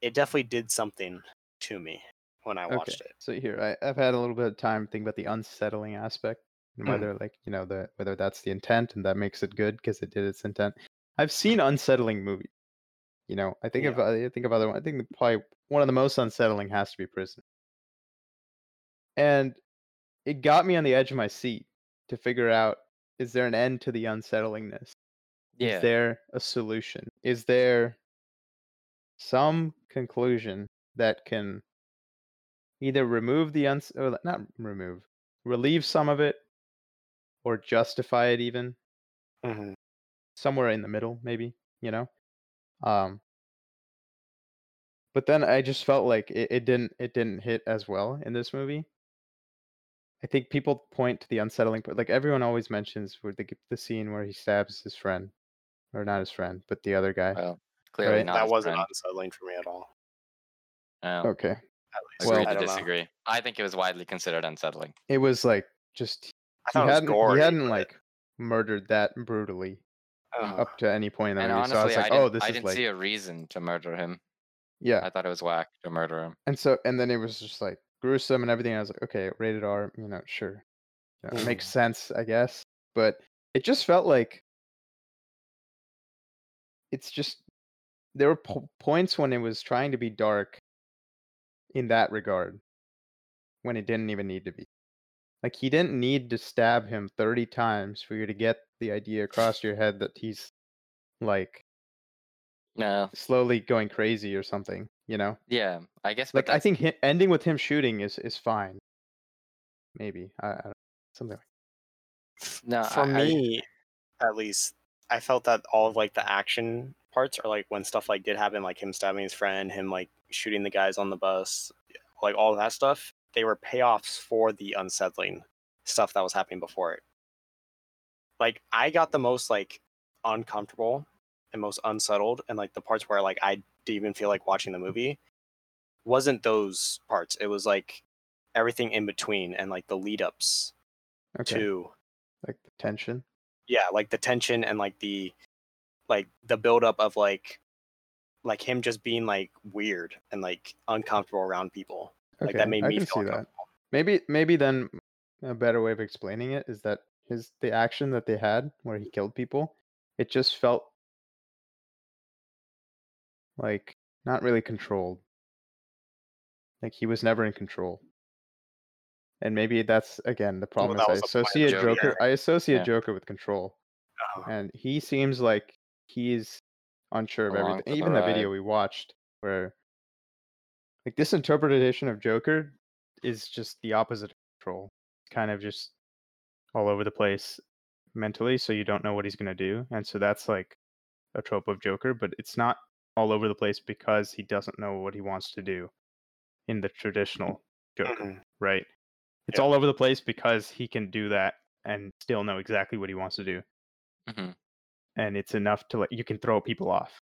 S1: it definitely did something to me when I watched it.
S5: So here, I, I've had a little bit of time thinking about the unsettling aspect and
S1: Mm.
S5: whether, like, you know, the whether that's the intent and that makes it good because it did its intent. I've seen unsettling movies. You know, I think
S1: Yeah.
S5: of I think of other one. I think probably one of the most unsettling has to be Prisoner. And it got me on the edge of my seat to figure out: is there an end to the unsettlingness?
S4: Yeah.
S5: Is there a solution? Is there some conclusion that can either remove the uns or the- not remove, relieve some of it, or justify it even
S1: Mhm.
S5: somewhere in the middle, maybe you know? Um, but then I just felt like it, it didn't it didn't hit as well in this movie. I think people point to the unsettling part. Like everyone always mentions where the the scene where he stabs his friend, or not his friend, but the other guy.
S4: Well, Clearly
S5: Right.
S4: not.
S1: that
S4: his
S1: wasn't
S4: friend.
S1: unsettling for me at all.
S4: No.
S5: Okay,
S1: At least
S5: Oh, well,
S4: Agree
S1: I
S4: to
S1: don't know.
S4: disagree. I think it was widely considered unsettling.
S5: it was like just
S1: I
S5: he
S1: thought it
S5: hadn't
S1: was gory.
S5: he hadn't
S1: but-
S5: like murdered that brutally
S1: uh,
S5: up to any point in the
S4: and
S5: movie.
S4: honestly,
S5: so I was like,
S4: didn't,
S5: oh, this
S4: I
S5: is
S4: didn't
S5: like
S4: see a reason to murder him.
S5: yeah.
S4: I thought it was whack to murder him.
S5: and so and then it was just like gruesome and everything. I was like, okay, rated R, you know, sure, you know, it makes sense, I guess. But it just felt like it's just there were po- points when it was trying to be dark in that regard when it didn't even need to be. Like he didn't need to stab him thirty times for you to get the idea across your head that he's like
S4: No.
S5: slowly going crazy or something, you know?
S4: Yeah. I guess.
S5: like
S4: but
S5: I
S4: that's-
S5: think hi ending with him shooting is is fine. Maybe I, I don't something. Like
S4: No.
S1: for
S4: I- I-
S1: me, at least, I felt that all of like the action parts are like when stuff like did happen, like him stabbing his friend, him like shooting the guys on the bus, like all that stuff. They were payoffs for the unsettling stuff that was happening before it. Like I got the most like uncomfortable and most unsettled, and like the parts where like I didn't even feel like watching the movie wasn't those parts. It was like everything in between and like the lead ups
S5: okay,
S1: to
S5: like the tension.
S1: yeah like the tension and like the like the buildup of like like him just being like weird and like uncomfortable around people
S5: Okay,
S1: like that made
S5: I
S1: me
S5: can
S1: feel
S5: see that.
S1: uncomfortable.
S5: Maybe maybe then a better way of explaining it is that his the action that they had where he killed people, it just felt like not really controlled. Like he was never in control. And maybe that's again the problem
S1: that
S5: is
S1: was
S5: I
S1: the point of
S5: associate
S4: Joker.
S5: Joker I associate
S4: Yeah.
S5: Joker with control.
S1: Uh,
S5: and he seems like he's unsure of
S4: Along for
S5: everything.
S4: the
S5: Even the
S4: ride.
S5: video we watched, where like this interpretation of Joker is just the opposite of control, kind of just all over the place mentally, so you don't know what he's gonna do, and so that's like a trope of Joker, but it's not all over the place because he doesn't know what he wants to do in the traditional Joker
S1: mhm.
S5: right? It's
S1: Yeah.
S5: all over the place because he can do that and still know exactly what he wants to do.
S4: Mhm.
S5: And it's enough to like you can throw people off,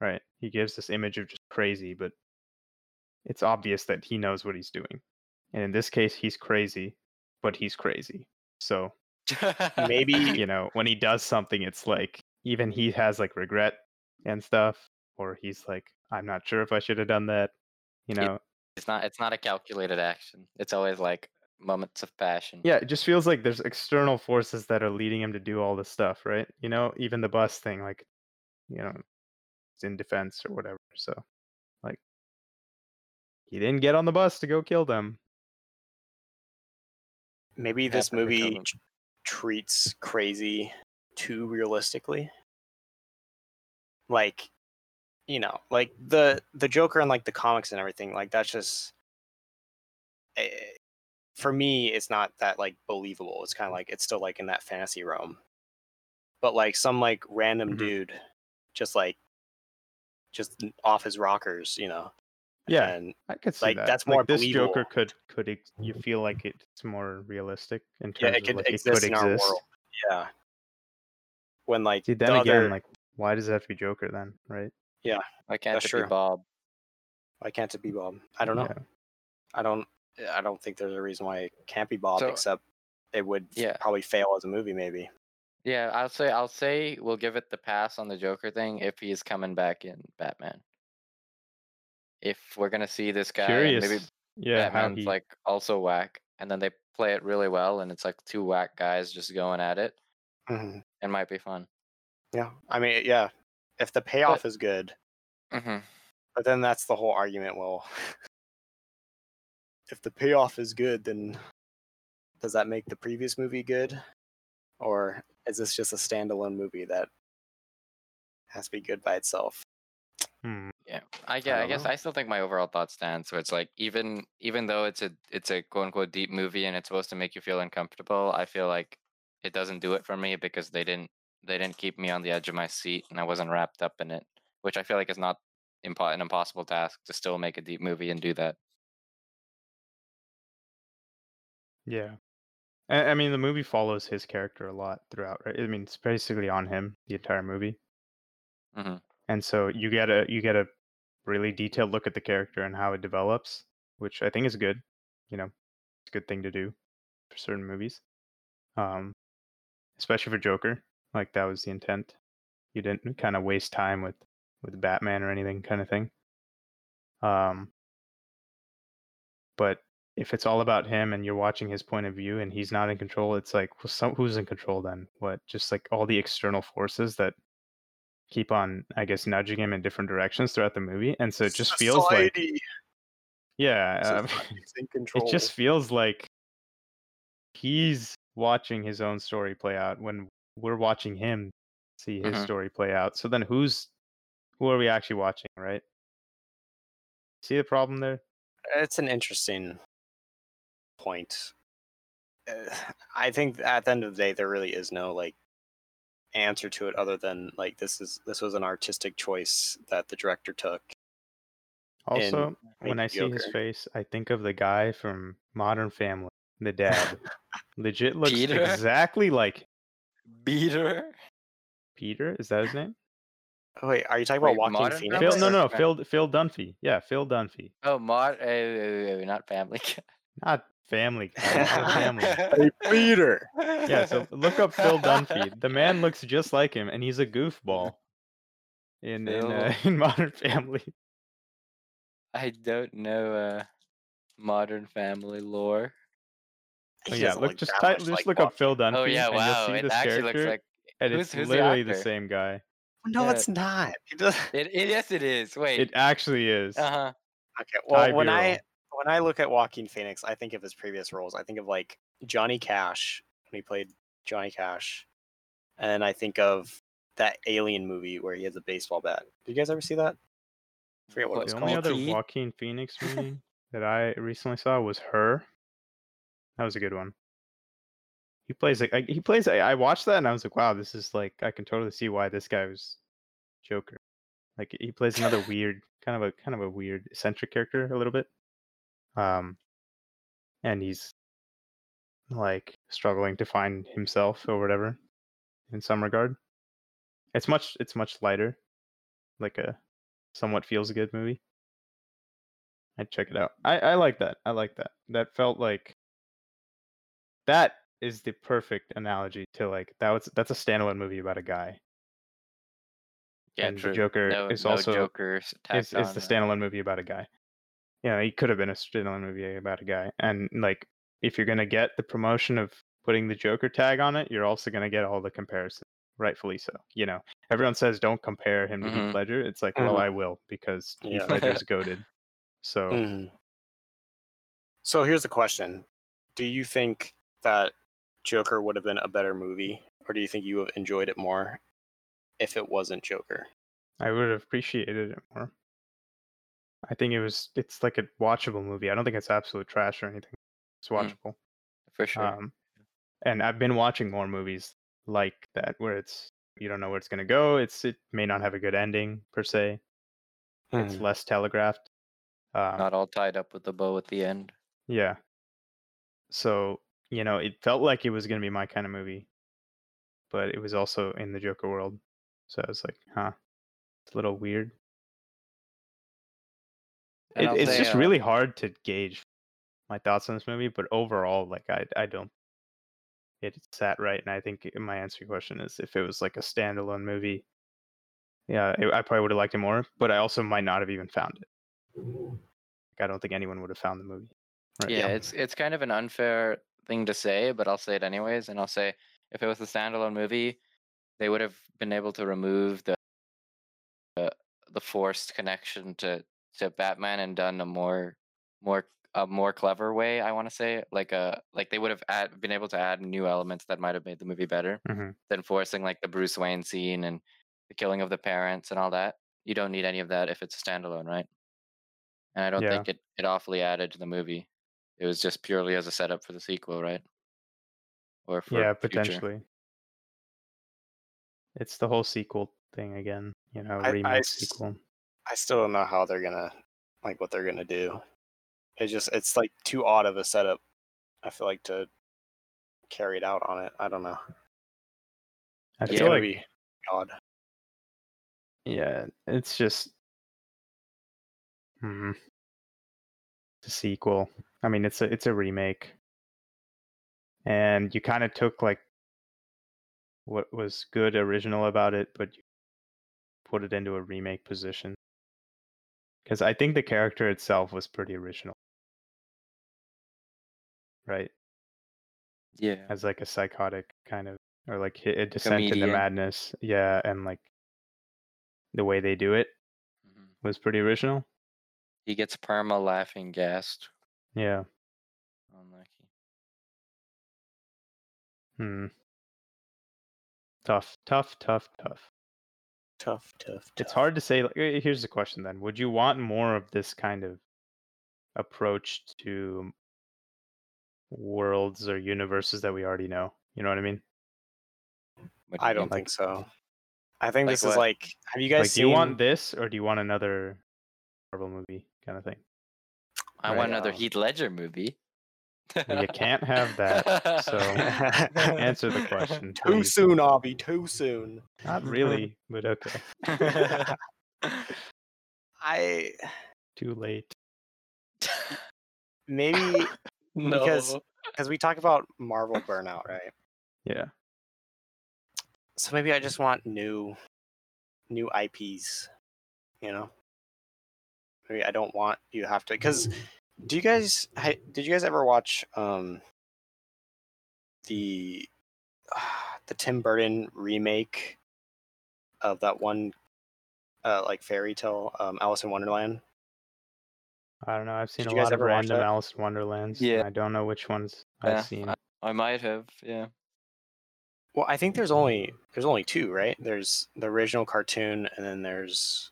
S5: right? He gives this image of just crazy, but it's obvious that he knows what he's doing. And in this case, he's crazy, but he's crazy. So
S4: mm-hmm.
S1: maybe
S5: you know when he does something, it's like even he has like regret and stuff, or he's like, I'm not sure if I should have done that. You
S4: Yeah.
S5: know,
S4: it's not. It's not a calculated action. It's always like moments of passion.
S5: Yeah, it just feels like there's external forces that are leading him to do all this stuff, right? You know, even the bus thing, like, you know, it's in defense or whatever. So, like, he didn't get on the bus to go kill them.
S1: maybe this
S4: Happened to
S1: movie
S4: Conan.
S1: t- treats crazy too realistically like you know like the the joker and like the comics and everything like that's just eh, for me it's not that like believable it's kind of like it's still like in that fantasy realm but like some like random
S5: Mhm.
S1: dude just like just n- off his rockers you know
S5: Yeah,
S1: and
S5: I could see
S1: Uh, like,
S5: that.
S1: that's more
S5: this
S1: believable.
S5: Joker
S1: Mm-hmm.
S5: could could ex- you feel like it's more realistic in
S1: yeah
S5: terms
S1: it
S5: of
S1: could
S5: like
S1: exist
S5: it could
S1: in
S5: exist.
S1: our world yeah when like
S5: See, then
S1: the
S5: again,
S1: other-
S5: like, why does it have to be Joker then, right?
S4: Why can't
S1: That's
S4: it be
S1: true.
S4: Bob?
S1: Why can't it be Bob? I don't know.
S5: Yeah.
S1: I don't. I don't think there's a reason why it can't be Bob,
S4: So-
S1: except it would f-
S4: Yeah.
S1: probably fail as a movie, maybe.
S4: Yeah, I'll say. I'll say we'll give it the pass on the Joker thing if he's coming back in Batman. If we're gonna see this guy, and
S5: Curious.
S4: maybe
S5: yeah, how
S4: Batman's
S5: he
S4: like also whack, and then they play it really well, and it's like two whack guys just going at it.
S5: Mm-hmm.
S1: Mhm.
S4: It might be fun.
S1: Yeah, I mean, yeah. If the payoff is good,
S4: Mm-hmm.
S1: but then that's the whole argument. Well, if the payoff is good, then does that make the previous movie good, or is this just a standalone movie that has to be good by itself?
S5: hmm,
S4: Yeah, I yeah, I,
S1: don't
S4: guess
S1: know.
S4: I still think my overall thought stands. So it's like even even though it's a it's a quote unquote deep movie and it's supposed to make you feel uncomfortable, I feel like it doesn't do it for me because they didn't they didn't keep me on the edge of my seat and I wasn't wrapped up in it, which I feel like is not impo- an impossible task to still make a deep movie and do that.
S5: Yeah. I, I mean, the movie follows his character a lot throughout, right? I mean, it's basically on him the entire movie.
S4: Mhm.
S5: And so you get a you get a really detailed look at the character and how it develops, which I think is good. You know, it's a good thing to do for certain movies, um, especially for Joker. Like that was the intent. You didn't kind of waste time with with Batman or anything, kind of thing. Um, but if it's all about him and you're watching his point of view and he's not in control, it's like well, so, who's in control then? What? Just like all the external forces that keep on, I guess, nudging him in different directions throughout the movie, and so it just feels like
S1: Society
S5: yeah, um,
S1: is in
S5: it
S1: control.
S5: just feels like he's watching his own story play out when we're watching him see his
S4: Mhm.
S5: story play out. So then who's who are we actually watching, right? See the problem there?
S1: it's an interesting point. Uh, I think at the end of the day, there really is no like answer to it other than like this is this was an artistic choice that the director took. in
S5: Also, when
S1: making
S5: I see his
S1: Joker.
S5: face, I think of the guy from Modern Family, the dad. Legit looks
S4: Peter?
S5: exactly like
S4: Beater.
S5: Peter. Is that his name?
S1: Oh, wait, are you talking about
S4: Wait,
S1: Walking
S4: Modern
S1: Phoenix?
S5: Phil?
S4: Family?
S5: No,
S4: Or
S5: no,
S4: Fam-
S5: Phil. Phil Dunphy. Yeah, Phil Dunphy.
S4: Oh, mod. Uh, not family. Guy.
S5: Not Family Guy. Modern Oh, Family.
S1: Peter.
S5: yeah, so look up Phil Dunphy. The man looks just like him, and he's a goofball in in, uh, in Modern Family.
S4: I don't know uh, Modern Family lore.
S5: But Oh, yeah, look just type, just look up Phil Dunphy.
S4: oh yeah, wow!
S5: and you'll see
S4: It
S5: this
S4: actually
S5: character,
S4: looks like
S5: and
S4: who's-
S5: it's
S4: who's the
S5: literally the,
S4: actor?
S5: same guy.
S1: No,
S4: Yeah.
S1: it's not. It does
S4: it, it. Yes, it is. Wait.
S5: It actually is.
S4: uh huh.
S1: Okay. Well,
S5: Ty
S1: when I
S5: Burrell.
S1: when I look at Joaquin Phoenix, I think of his previous roles. I think of like Johnny Cash when he played Johnny Cash, and then I think of that Alien movie where he has a baseball bat. Did you guys ever see that? I forget what it
S4: What,
S1: was
S5: The
S1: called.
S5: only other
S4: Joaquin?
S5: Joaquin Phoenix movie that I recently saw was Her. That was a good one. He plays like I- he plays. I, I watched that and I was like, wow, this is like I can totally see why this guy was Joker. Like he plays another weird kind of a kind of a weird eccentric character a little bit. Um, and he's like struggling to find himself or whatever in some regard. It's much it's much lighter, like a somewhat feels good movie. I'd check it out. I, I like that. I like that. That felt like that is the perfect analogy to like that was that's a standalone movie about a guy.
S4: Yeah,
S5: and the
S4: true.
S5: Joker
S4: no,
S5: is
S4: no
S5: also-
S4: Joker
S5: It's, it's
S4: uh,
S5: the standalone movie about a guy. You know, it could have been a standalone movie about a guy. And like if you're gonna get the promotion of putting the Joker tag on it, you're also gonna get all the comparisons. Rightfully so. You know, everyone says don't compare him to
S4: Mhm.
S5: Heath Ledger. It's like, well,
S1: Mhm.
S5: I will because
S1: Yeah.
S5: Heath Ledger's goaded. So
S1: Mhm. So here's the question: Do you think that Joker would have been a better movie, or do you think you would have enjoyed it more if it wasn't Joker?
S5: I would have appreciated it more. I think it was it's like a watchable movie. I don't think it's absolute trash or anything. It's
S4: Mm,
S5: watchable.
S4: for sure.
S5: Um and I've been watching more movies like that where it's you don't know where it's going to go. It's it may not have a good ending per se. It's less telegraphed. Um,
S4: Not all tied up with the bow at the end.
S5: yeah. So, you know, it felt like it was going to be my kind of movie, but it was also in the Joker world. So I was like, huh, it's a little weird.
S4: And
S5: It,
S4: I'll
S5: it's
S4: say,
S5: just
S4: uh,
S5: really hard to gauge my thoughts on this movie, but overall, like, I, I don't. It sat right, and I think i- my answer to your question is if it was like a standalone movie, yeah, it, I probably would have liked it more, but I also might not have even found it. Like, I don't think anyone would have found the movie. Right?
S4: yeah, it's it's kind of an unfair thing to say, but I'll say it anyways. And I'll say if it was a standalone movie, they would have been able to remove the uh, the forced connection to to Batman and done a more more a more clever way. I want to say like a like they would have add, been able to add new elements that might have made the movie better
S5: Mhm.
S4: than forcing like the Bruce Wayne scene and the killing of the parents and all that. You don't need any of that if it's a standalone, right? And I don't
S5: Yeah.
S4: think it, it awfully added to the movie. It was just purely as a setup for the sequel, right? Or for
S5: yeah
S4: future.
S5: potentially it's the whole sequel thing again you know,
S1: I- I
S5: remake
S1: s-
S5: sequel.
S1: I still don't know how they're gonna like what they're gonna do. It's just it's like too odd of a setup. I feel like to carry it out on it. I don't know.
S5: I
S1: It's
S4: Yeah,
S5: feel
S1: gonna
S5: like
S1: be odd.
S5: yeah, it's just hmm, it's a sequel. I mean, it's a it's a remake, and you kind of took like what was good original about it, but you put it into a remake position. Because I think the character itself was pretty original, right?
S4: Yeah.
S5: as like a psychotic kind of or like hi- a descent into
S4: medium.
S5: madness yeah and like the way they do it
S4: Mhm.
S5: was pretty original
S4: He gets perma laughing gassed.
S5: yeah
S4: Unlucky.
S5: hmm. tough tough tough tough
S1: Tough, tough. tough.
S5: it's hard to say like, eh, here's the question then would you want more of this kind of approach to worlds or universes that we already know you know what i mean
S4: What do
S1: I
S4: you
S1: don't
S4: mean?
S1: think so. I think
S4: Like
S1: this is
S4: what?
S1: like. Have you guys
S5: like
S1: seen?
S5: do you want this or do you want another marvel movie kind of thing
S4: I
S5: Right. Um,
S4: want another
S1: Yeah.
S4: Heath Ledger movie.
S5: you can't have that so answer the question
S1: too
S5: please.
S1: soon, Obby. Too soon.
S5: Not really, but okay.
S1: I
S5: Too late.
S1: maybe
S4: no.
S1: Because- because we talk about Marvel burnout, right?
S5: Yeah.
S1: So maybe I just want new, new IPs. You know. Maybe I don't want you have to because. Do you guys? ha- Did you guys ever watch um the the Tim Burton remake of that one uh like fairy tale um Alice in Wonderland?
S5: I don't know. I've seen
S1: Did
S5: a
S1: you guys
S5: lot of
S1: ever watch
S5: random
S1: that?
S5: Alice in Wonderlands.
S4: Yeah.
S5: and I don't know which ones
S4: Yeah,
S5: I've seen.
S4: I, I might have, yeah.
S1: Well, I think there's only there's only two, right? There's the original cartoon, and then there's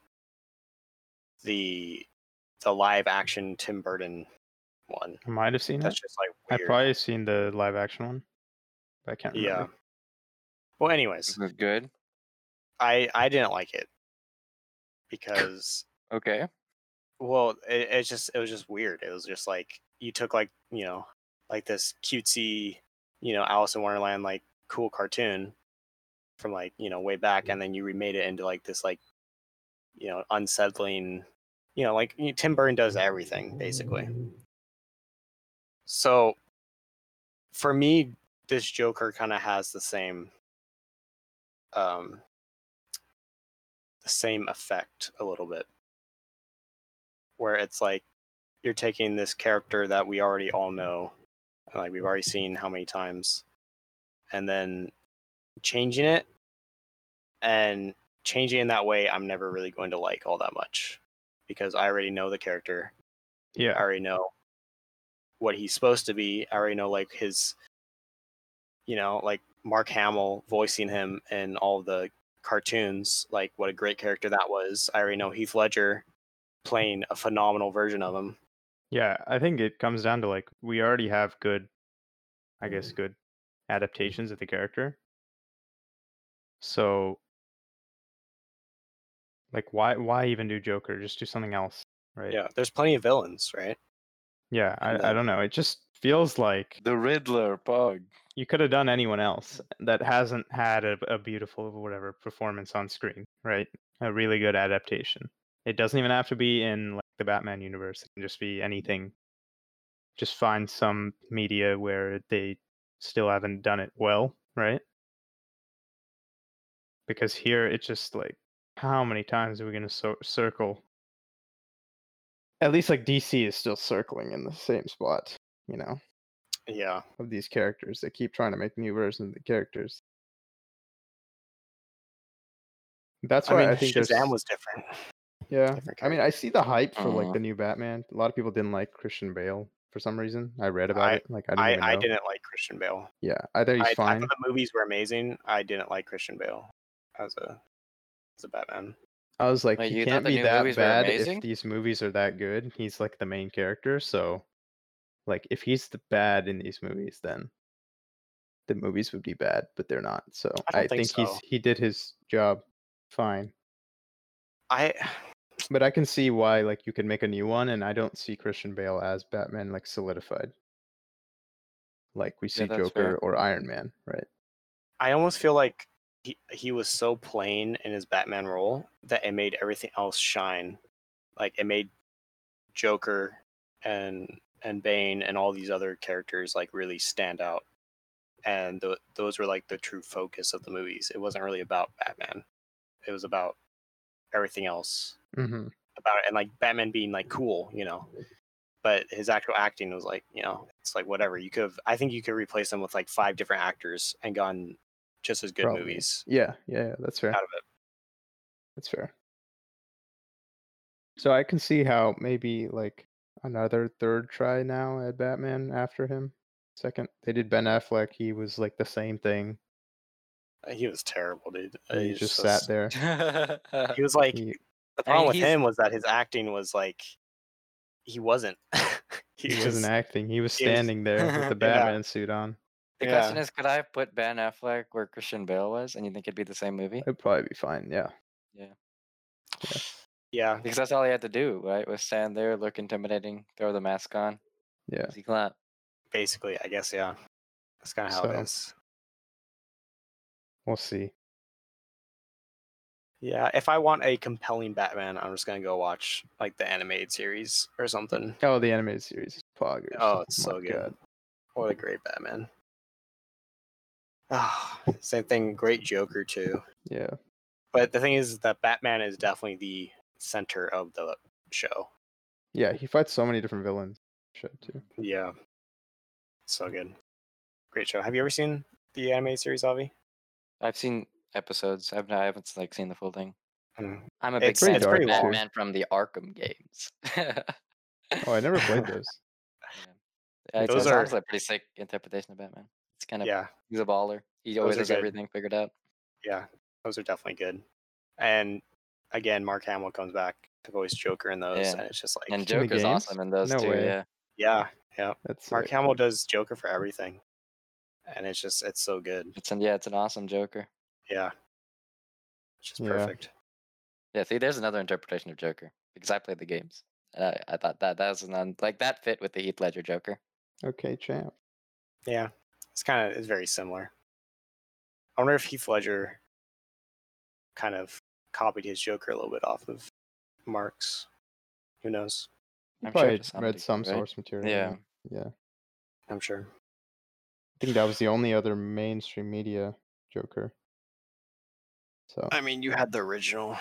S1: the the live action Tim Burton one.
S5: I might have seen
S1: That's
S5: it.
S1: just like
S5: I've
S1: weird.
S5: probably seen the live action one. But I can't
S1: yeah.
S5: remember.
S1: Well, anyways,
S4: Is it good?
S1: I I didn't like it because
S4: Okay.
S1: well it, it's just it was just weird it was just like you took like you know like this cutesy you know alice in wonderland like cool cartoon from like you know way back and then you remade it into like this like you know unsettling you know like you- tim burton does everything basically so for me this joker kind of has the same um the same effect a little bit where it's like you're taking this character that we already all know, and, like we've already seen how many times, and then changing it and changing it in that way, I'm never really going to like all that much because I already know the character. I
S5: Yeah.
S1: already know what he's supposed to be. I already know like his, you know, like Mark Hamill voicing him in all the cartoons. Like what a great character that was. I already know Heath Ledger playing a phenomenal version of him.
S5: Yeah. I think it comes down to like we already have good I guess
S1: Mm-hmm.
S5: good adaptations of the character. So like why why even do Joker? Just do something else. Right.
S1: Yeah, there's plenty of villains, right?
S5: Yeah.
S1: And
S5: I, I
S1: then-
S5: don't know. It just feels like
S4: The Riddler, bug.
S5: you could have done anyone else that hasn't had a, a beautiful whatever performance on screen, right? A really good adaptation. It doesn't even have to be in like the Batman universe. It can just be anything. Just find some media where they still haven't done it well, right? Because here it's just like how many times are we going to so- circle? At least like DC is still circling in the same spot, you know
S1: Yeah.
S5: of these characters. They keep trying to make new versions of the characters. That's
S1: I
S5: why I,
S1: mean,
S5: think there's,
S1: Shazam was different.
S5: yeah.
S1: different Uh-huh.
S5: I mean, I see the hype for like
S4: Uh.
S5: the new Batman. A lot of people didn't like Christian Bale for some reason. I read about
S1: I-
S5: it. Like I didn't.
S1: I,
S5: even
S1: I
S5: know.
S1: didn't like Christian Bale.
S5: Yeah, I thought he's
S1: I, I
S5: fine.
S1: thought the movies were amazing. I didn't like Christian Bale as a as a Batman.
S5: I was like,
S4: Wait,
S5: he
S4: you thought
S5: can't
S4: the
S5: be
S4: new
S5: that
S4: movies were
S5: bad if
S4: amazing?
S5: these movies are that good. He's like the main character, so like if he's the bad in these movies, then the movies would be bad, but they're not. So
S1: I
S5: I,
S1: don't think
S5: think, he's
S1: so.
S5: he did his job fine.
S1: I
S5: But I can see why like you could make a new one, and I don't see Christian Bale as Batman like solidified, like we see
S4: that's fair.
S5: Joker or Iron Man, right?
S1: I almost feel like he he was so plain in his Batman role that it made everything else shine. Like it made Joker and and Bane and all these other characters like really stand out. And tho- those were like the true focus of the movies. It wasn't really about Batman. It was about everything else
S5: Mm-hmm.
S1: about it and like Batman being like cool, you know. But his actual acting was like, you know, it's like whatever. You could have I think you could replace him with like five different actors and gotten just as good
S5: Probably.
S1: movies
S5: Yeah, yeah, yeah, that's fair.
S1: out of it.
S5: That's fair. So I can see how maybe like another third try now at Batman after him. Second, they did Ben Affleck. He was like the same thing.
S1: Uh, He was terrible, dude. Uh,
S5: He
S1: he's
S5: just
S1: so
S5: sat
S1: s-
S5: there.
S1: He was like
S5: He,
S1: the problem with
S4: he's-
S1: him was that his acting was like he wasn't. he
S5: he
S1: was
S5: wasn't acting. He was
S1: he was-
S5: standing there with the
S1: Yeah.
S5: Batman suit on.
S4: The
S1: Yeah.
S4: question is, could I have put Ben Affleck where Christian Bale was, and you think it'd be the same movie?
S5: It'd probably be fine. Yeah.
S1: yeah.
S4: Because that's all he had to do, right? Was stand there, look intimidating, throw the mask on,
S5: Yeah.
S4: easy clap.
S1: Basically, I guess yeah. That's kind of how it
S5: So-
S1: is.
S5: We'll see.
S1: Yeah, if I want a compelling Batman, I'm just gonna go watch like the animated series or something.
S5: Oh, the animated series is poggers.
S1: Oh, it's
S5: my
S1: so good.
S5: God.
S1: What a great Batman. Ah, same thing, great Joker too.
S5: Yeah.
S1: But the thing is that Batman is definitely the center of the show.
S5: Yeah. He fights so many different villains. Shit, too.
S1: Yeah. So good. Great show. Have you ever seen the anime series, Avi?
S4: I've seen episodes. I've I haven't like seen the full thing.
S1: Mm.
S4: I'm a big
S1: It's-
S4: fan
S5: Mm-hmm. it's
S4: of
S5: pretty dark, too.
S4: Batman from the Arkham games.
S5: Oh, I never played those.
S4: It's,
S1: Those
S4: it's
S1: are-
S4: honestly a pretty sick interpretation of Batman. It's kind of
S1: Yeah,
S4: he's a baller. He always
S1: are
S4: has
S1: good.
S4: everything figured out.
S1: yeah. Those are definitely good. And again, Mark Hamill comes back to voice Joker in those,
S4: Yeah.
S1: and it's just like,
S4: And
S5: in the
S4: Joker's
S5: games?
S4: awesome in those
S5: No
S4: two.
S5: way.
S4: Yeah,
S1: yeah, yeah.
S5: That's
S1: Mark
S5: sick.
S1: Hamill does Joker for everything, and it's just it's so good.
S4: it's an, yeah, it's an awesome Joker.
S1: Yeah, it's just
S5: Yeah.
S1: perfect.
S4: Yeah, see, there's another interpretation of Joker because I played the games. And I, I thought that that was an un- like that fit with the Heath Ledger Joker.
S5: Okay, champ.
S1: Yeah, it's kind of it's very similar. I wonder if Heath Ledger kind of copied his Joker a little bit off of Mark's. Who knows?
S5: You
S4: I'm sure
S5: probably
S4: to some
S5: read
S4: degree,
S5: some
S4: right?
S5: source material.
S4: Yeah.
S5: Yeah.
S1: I'm sure.
S5: I think that was the only other mainstream media Joker. So
S1: I mean, you had the original,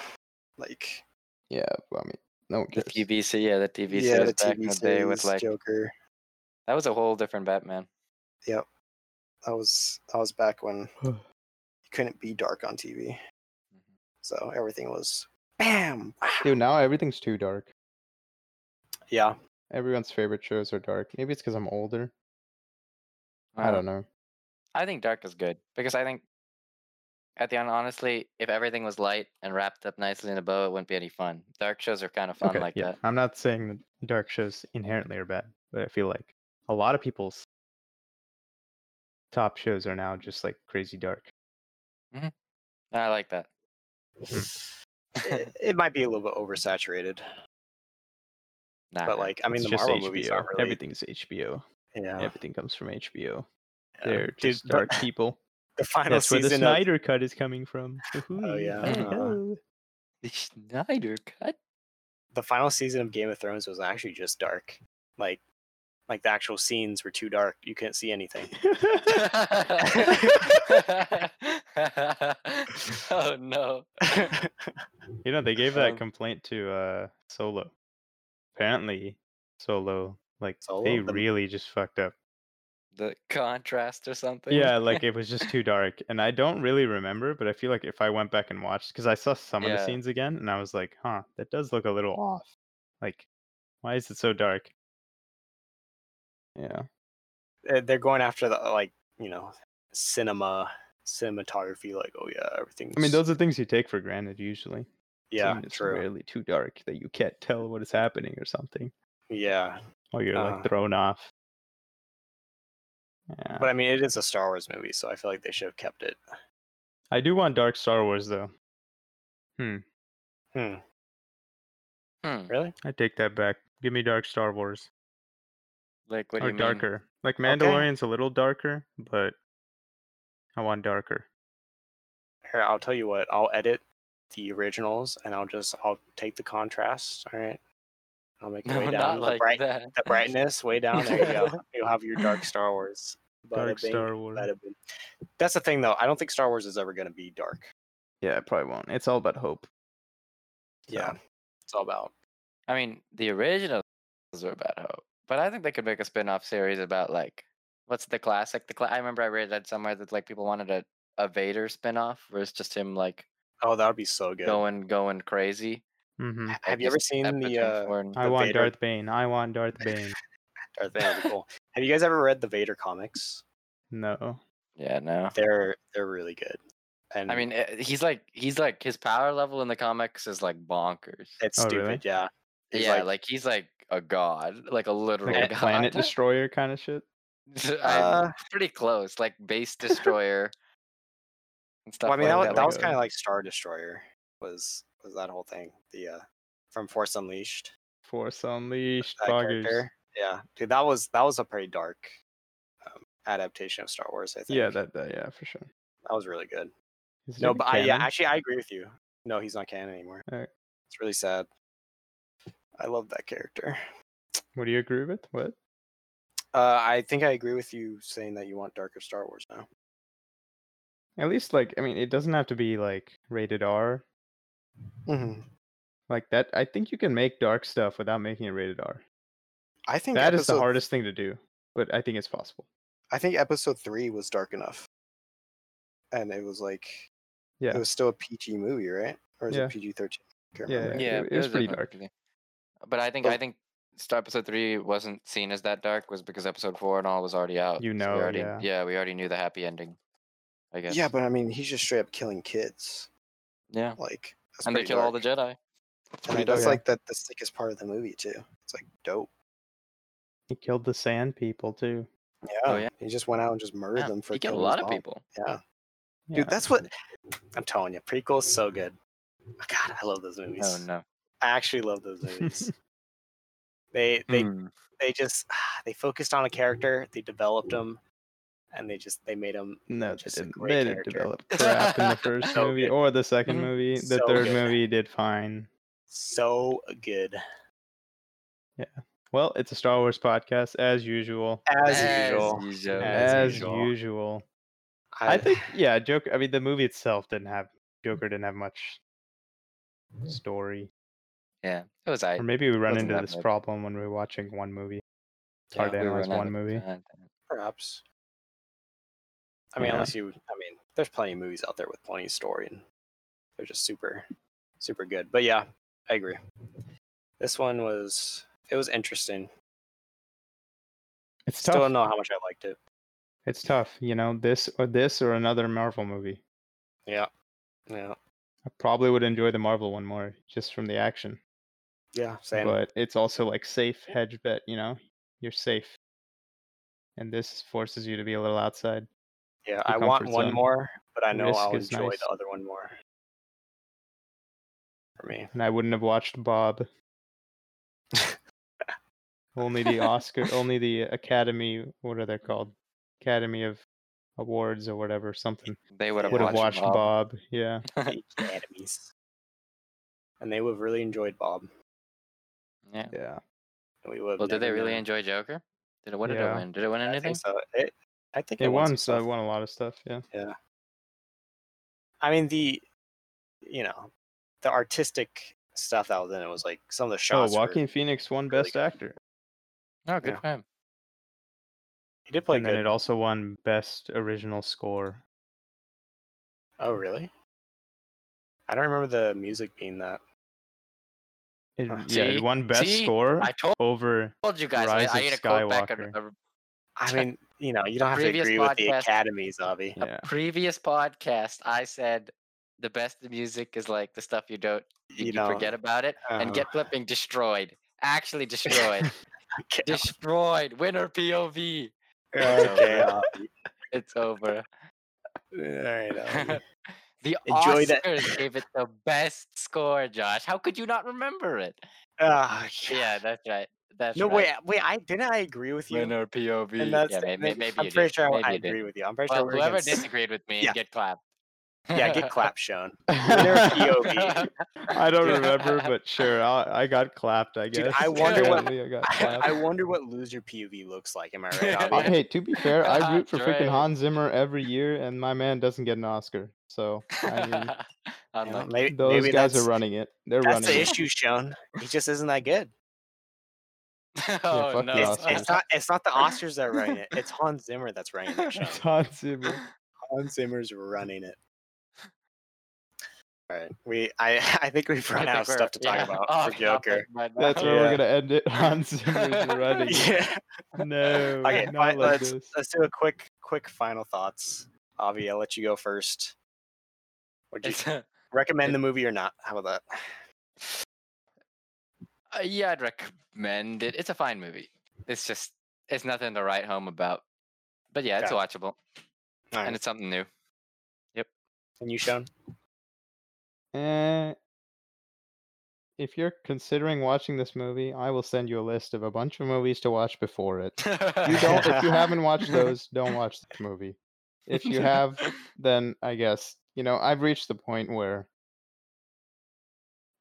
S1: like
S5: yeah, well, I mean, no one
S4: The
S5: cares.
S4: TV series, yeah, the TV
S1: yeah,
S4: series
S1: the
S4: back in
S1: TV
S4: the day with
S1: series
S4: like
S1: Joker.
S4: that was a whole different Batman.
S1: That was that was back when you couldn't be dark on TV,
S4: Mm-hmm.
S1: so everything was bam. wow.
S5: Dude, now everything's too dark.
S1: Yeah,
S5: Everyone's favorite shows are dark. Maybe it's because I'm older.
S4: Uh,
S5: I don't know.
S4: I think dark is good because I think at the end, honestly, if everything was light and wrapped up nicely in a bow, it wouldn't be any fun. Dark shows are kind of fun like that.
S5: I'm not saying that dark shows inherently are bad, but I feel like a lot of people's top shows are now just like crazy dark.
S4: I like that.
S1: it, it might be a little bit oversaturated,
S4: Nah,
S1: but like I mean, the Marvel movies aren't really.
S5: Everything's HBO.
S1: Yeah,
S5: Everything comes from HBO.
S1: yeah. Dude, the-
S5: people.
S1: The final
S5: That's where
S1: season
S5: the
S1: of- Oh,
S5: Snyder cut is coming from. Woohoo,
S1: yeah.
S5: hi-ho.
S4: the Snyder cut.
S1: the final season of Game of Thrones was actually just dark. Like like the actual scenes were too dark. You couldn't see anything.
S4: oh no!
S5: you know, they gave
S1: Oh.
S5: that
S4: Um,
S5: complaint to uh Solo. Apparently, Solo like
S1: Solo,
S5: they
S1: the-
S5: really just fucked up.
S4: The contrast or something.
S5: Yeah, like it was just too dark, and I don't really remember, but I feel like if I went back and watched, because I saw some of the
S4: Yeah.
S5: scenes again, and I was like, huh, that does look a little off. Like, why is it so dark? Yeah.
S1: Uh, They're going after the like, you know, cinema cinematography like, oh yeah, everything's
S5: I mean, those are things you take for granted usually.
S1: Yeah,
S5: something that's
S1: true.
S5: rarely too dark that you can't tell what is happening or something,
S1: Yeah.
S5: or you're
S1: Uh-huh.
S5: like thrown off. Yeah.
S1: But I mean it is a Star Wars movie, so I feel like they should have kept it.
S5: I do want dark Star Wars though.
S1: Hmm.
S4: Hmm.
S1: Really?
S5: I take that back. Give me dark Star Wars
S4: Like what do
S5: or
S4: you mean?
S5: darker. Like Mandalorian's a little darker, but I want darker.
S1: Here, I'll tell you what. I'll edit the originals, and I'll just I'll take the contrast. All right. I'll make it
S4: No,
S1: way
S4: not
S1: down.
S4: like
S1: the, bright,
S4: that.
S1: the brightness way down. There you go. You'll have your dark Star Wars. Bada
S5: Dark
S1: bing,
S5: Star Wars.
S1: bada boom. That's the thing, though. I don't think Star Wars is ever going to be dark.
S5: Yeah, I probably won't. It's all about hope.
S1: Yeah, it's all about
S4: I mean, the originals are about hope, but I think they could make a spin-off series about like what's the classic? The cla- I remember I read that somewhere that like people wanted a, a Vader spin-off where it's just him like
S1: Oh, that would be so good.
S4: going going crazy.
S5: Mm-hmm.
S1: H-
S4: like,
S1: Have you ever
S4: just
S1: seen
S4: that
S1: the
S4: between
S1: uh,
S4: four and-
S5: I
S1: The
S5: want
S1: Vader-
S5: Darth Bane. I want Darth Bane.
S1: Darth Vader oh, would be cool. Have you guys ever read the Vader comics?
S5: No.
S4: yeah no.
S1: They're they're really good. And
S4: I mean, eh, he's like he's like his power level in the comics is like bonkers.
S1: it's
S5: Oh,
S1: stupid.
S5: really?
S1: Yeah. He's
S4: yeah, like,
S1: like-
S4: he's like a god, like a literal
S5: Like a
S4: god.
S5: planet destroyer kind of shit.
S4: I-
S1: Uh,
S4: pretty close, like base destroyer. and stuff
S1: well, I mean, that was,
S4: like that.
S1: that
S4: like,
S1: was kind
S5: a-
S1: of like Star Destroyer was was that whole thing. The uh, from Force Unleashed.
S5: Force Unleashed.
S1: that
S5: Boggers.
S1: character. Yeah, dude, that was that was a pretty dark um, adaptation of Star Wars. I think.
S5: Yeah, that, that yeah for sure.
S1: that was really good.
S5: Is
S1: no,
S5: David
S1: but I, yeah,
S5: canon?
S1: actually, I agree with you. No, he's not canon anymore.
S5: Alright.
S1: It's really sad. I love that character.
S5: what do you agree with? What?
S1: Uh, I think I agree with you saying that you want darker Star Wars now.
S5: At least like I mean, it doesn't have to be like rated R.
S1: Mm-hmm.
S5: Like that, I think you can make dark stuff without making it rated R.
S1: I think
S5: That is
S1: episode,
S5: the hardest thing to do, but I think it's possible.
S1: I think episode three was dark enough, and it was like
S5: Yeah.
S1: it was still a PG movie, right? Or is
S5: Yeah.
S1: it PG thirteen?
S5: Yeah,
S4: yeah,
S5: it- it was pretty dark.
S4: definitely- But I think
S1: But-
S4: I think Star Episode Three wasn't seen as that dark was because Episode Four and all was already out.
S5: You
S4: we
S5: know,
S4: already,
S5: yeah.
S4: we already knew the happy ending. I guess.
S1: Yeah, but I mean, he's just straight up killing kids.
S4: yeah,
S1: Like, that's
S4: and they
S1: pretty
S4: kill all the
S1: dark.
S4: Jedi.
S1: I mean,
S4: pretty
S1: that's
S5: dark.
S1: like the, the sickest part of the movie too. It's like dope.
S5: He killed the sand people too.
S1: Yeah.
S4: Oh, yeah.
S1: He just went out and just murdered
S4: Yeah,
S1: them for
S4: he killed a
S1: killing his
S4: lot of
S1: mom.
S4: people.
S1: Yeah.
S5: Yeah.
S1: Dude, that's what I'm telling you. Prequel's so good. Oh, God, I love those movies.
S4: Oh no.
S1: I actually love those movies. they they
S4: Hmm.
S1: they just they focused on a character, they developed him, and they just they made him.
S5: no,
S1: just a
S5: they didn't.
S1: great
S5: They
S1: character.
S5: didn't develop crap in the first
S1: So
S5: movie
S1: good. Mm-hmm.
S5: or the 2nd
S4: Mhm.
S5: movie. The
S1: So
S5: third
S1: good.
S5: movie did fine.
S1: So good,
S5: Well, it's a Star Wars podcast as usual.
S1: as, usual.
S5: As,
S1: As
S5: usual.
S1: usual.
S5: I think yeah, Joker. I mean, the movie itself didn't have
S1: Mm-hmm.
S5: Joker didn't have much story,
S4: Yeah, it was I.
S5: or maybe we run
S4: Doesn't
S5: into
S4: have
S5: this
S4: much.
S5: problem when we're watching one movie. It's hard to
S4: we uh,
S5: analyze
S4: run out
S5: one
S4: of
S5: movie.
S4: content.
S1: perhaps. I mean,
S5: Yeah.
S1: unless you, I mean, there's plenty of movies out there with plenty of story, and they're just super, super good. But yeah, I agree. This one was, it was interesting.
S5: It's
S1: Still
S5: tough.
S1: don't know how much I liked it.
S5: It's tough, you know. This or this or another Marvel movie.
S1: Yeah, yeah,
S5: I probably would enjoy the Marvel one more just from the action,
S1: yeah. Same.
S5: but it's also like safe hedge bet. You know, you're safe, and this forces you to be a little outside.
S1: yeah,
S5: your
S1: I want
S5: comfort
S1: one
S5: zone.
S1: more, but I know
S5: Risk
S1: I'll
S5: is
S1: enjoy
S5: nice.
S1: the other one more. For me,
S5: And I wouldn't have watched Bob. only the Oscar, only the Academy. What are they called? Academy of Awards or whatever, something.
S4: They would have
S5: Would have
S4: watched,
S5: watched
S4: Bob.
S5: Bob. Yeah.
S1: the academies, and they would have really enjoyed Bob.
S4: Yeah.
S5: Yeah.
S1: and We would. have
S4: Well, did they
S1: never
S4: really
S1: known.
S4: enjoy Joker? Did it? What did
S5: Yeah.
S4: it win? Did it win
S1: I
S4: anything?
S1: think so. It, I think
S5: It
S1: some
S5: won, so I
S1: stuff.
S5: won a lot of stuff. Yeah.
S1: I mean the, you know, the artistic stuff that was in it was like some of the
S5: Oh,
S1: shots. were-
S5: Joaquin Phoenix won
S1: really
S5: Best
S1: good.
S5: Actor.
S4: Oh, good
S1: Yeah.
S4: for him.
S1: he did play
S5: and then
S1: good.
S5: it also won Best Original Score.
S1: oh, really? I don't remember the music being that.
S5: It,
S1: Huh.
S5: yeah,
S4: See?
S5: it won Best
S4: See?
S5: Score
S4: I told,
S5: over.
S4: told you guys.
S5: Rise
S4: I, I
S5: of
S4: need to quote back a,
S5: Skywalker.
S4: a
S1: I mean, you know, you don't have to
S4: Previous
S1: agree with the
S4: podcast-
S1: academies, Avi.
S5: Yeah.
S4: previous podcast. I said the best of music is like the stuff you don't you,
S1: You
S4: you
S1: know,
S4: forget about it
S1: uh,
S4: and get flipping destroyed. Actually destroyed. destroyed. Winner POV.
S1: okay,
S4: over.
S1: Avi.
S4: It's over.
S1: All right, Avi.
S4: The
S1: Enjoy that-
S4: Oscars gave it the best score, Josh. How could you not remember it?
S1: Ah,
S4: Yeah, that's right. That's
S1: no,
S4: right.
S1: wait, wait. I didn't. I agree with you.
S3: Winner POV.
S1: And that's
S4: Yeah, may- may-
S1: maybe,
S4: maybe
S1: I'm
S4: you
S1: pretty
S4: did.
S1: sure I-
S4: Maybe
S1: I
S4: you did.
S1: agree with you. I'm pretty
S4: Well,
S1: sure we're
S4: whoever
S1: against-
S4: disagreed with me,
S1: Yeah.
S4: get clapped.
S1: Yeah, get clap shown. Winner POV.
S5: I don't remember, but sure, I, I got clapped. I
S1: Dude,
S5: guess.
S1: I wonder
S4: what-
S5: Apparently I got
S1: I,
S5: clapped.
S1: I wonder what loser POV looks like. Am I right?
S5: Uh,
S1: Avi?
S5: hey, to be fair, I root for
S4: Dre.
S5: freaking Hans Zimmer every year, and my man doesn't get an Oscar. So I mean,
S1: You know,
S4: Unlucky.
S1: may- maybe,
S5: those guys
S1: that's,
S5: are running it. They're
S1: That's
S5: running
S1: the
S5: it.
S1: issue, Sean. He just isn't that good.
S4: oh
S5: fuck
S4: no.
S5: the
S1: It's,
S5: Oscars.
S1: it's not. It's not the Oscars that are running it. It's Hans Zimmer that's running it. Sean.
S5: It's Hans Zimmer.
S1: Hans Zimmer's running it. All right, we. I. I think we've
S4: I
S1: run
S4: think
S1: out of
S4: we're Oh,
S1: stuff to talk
S4: off
S1: about
S4: topic
S1: for Joker.
S4: right now.
S5: That's where
S1: Yeah.
S5: we're gonna end it. Hans Zimmer's running.
S1: Yeah.
S5: No,
S1: Okay, fine,
S5: not like
S1: let's
S5: this.
S1: let's do a quick quick final thoughts. Avi, I'll let you go first. Would you
S4: It's, uh,
S1: recommend the movie or not? How about that?
S4: uh, yeah, I'd recommend it. It's a fine movie. It's just it's nothing to write home about. But yeah, it's watchable and
S1: Alright,
S4: it's something new.
S1: And you, Sean?
S5: Eh, if you're considering watching this movie, I will send you a list of a bunch of movies to watch before it. You don't. if you haven't watched those, don't watch this movie. If you have, then I guess you know I've reached the point where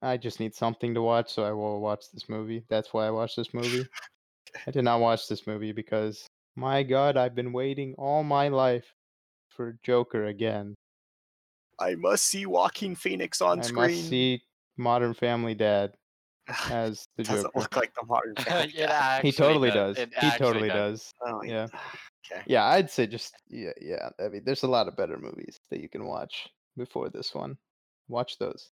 S5: I just need something to watch, so I will watch this movie. That's why I watched this movie. I did not watch this movie because my God, I've been waiting all my life for Joker again.
S1: I must see Walking Phoenix on
S5: I must see Modern Family Dad as the
S1: Doesn't
S5: Joker.
S1: look like the modern. Family
S4: It
S1: Guy.
S4: actually
S5: he totally does.
S4: It
S5: He
S4: actually
S5: totally
S4: does.
S5: does.
S1: Oh,
S5: Yeah.
S1: Okay.
S5: Yeah, I'd say just yeah, yeah. I mean, there's a lot of better movies that you can watch before this one. Watch those.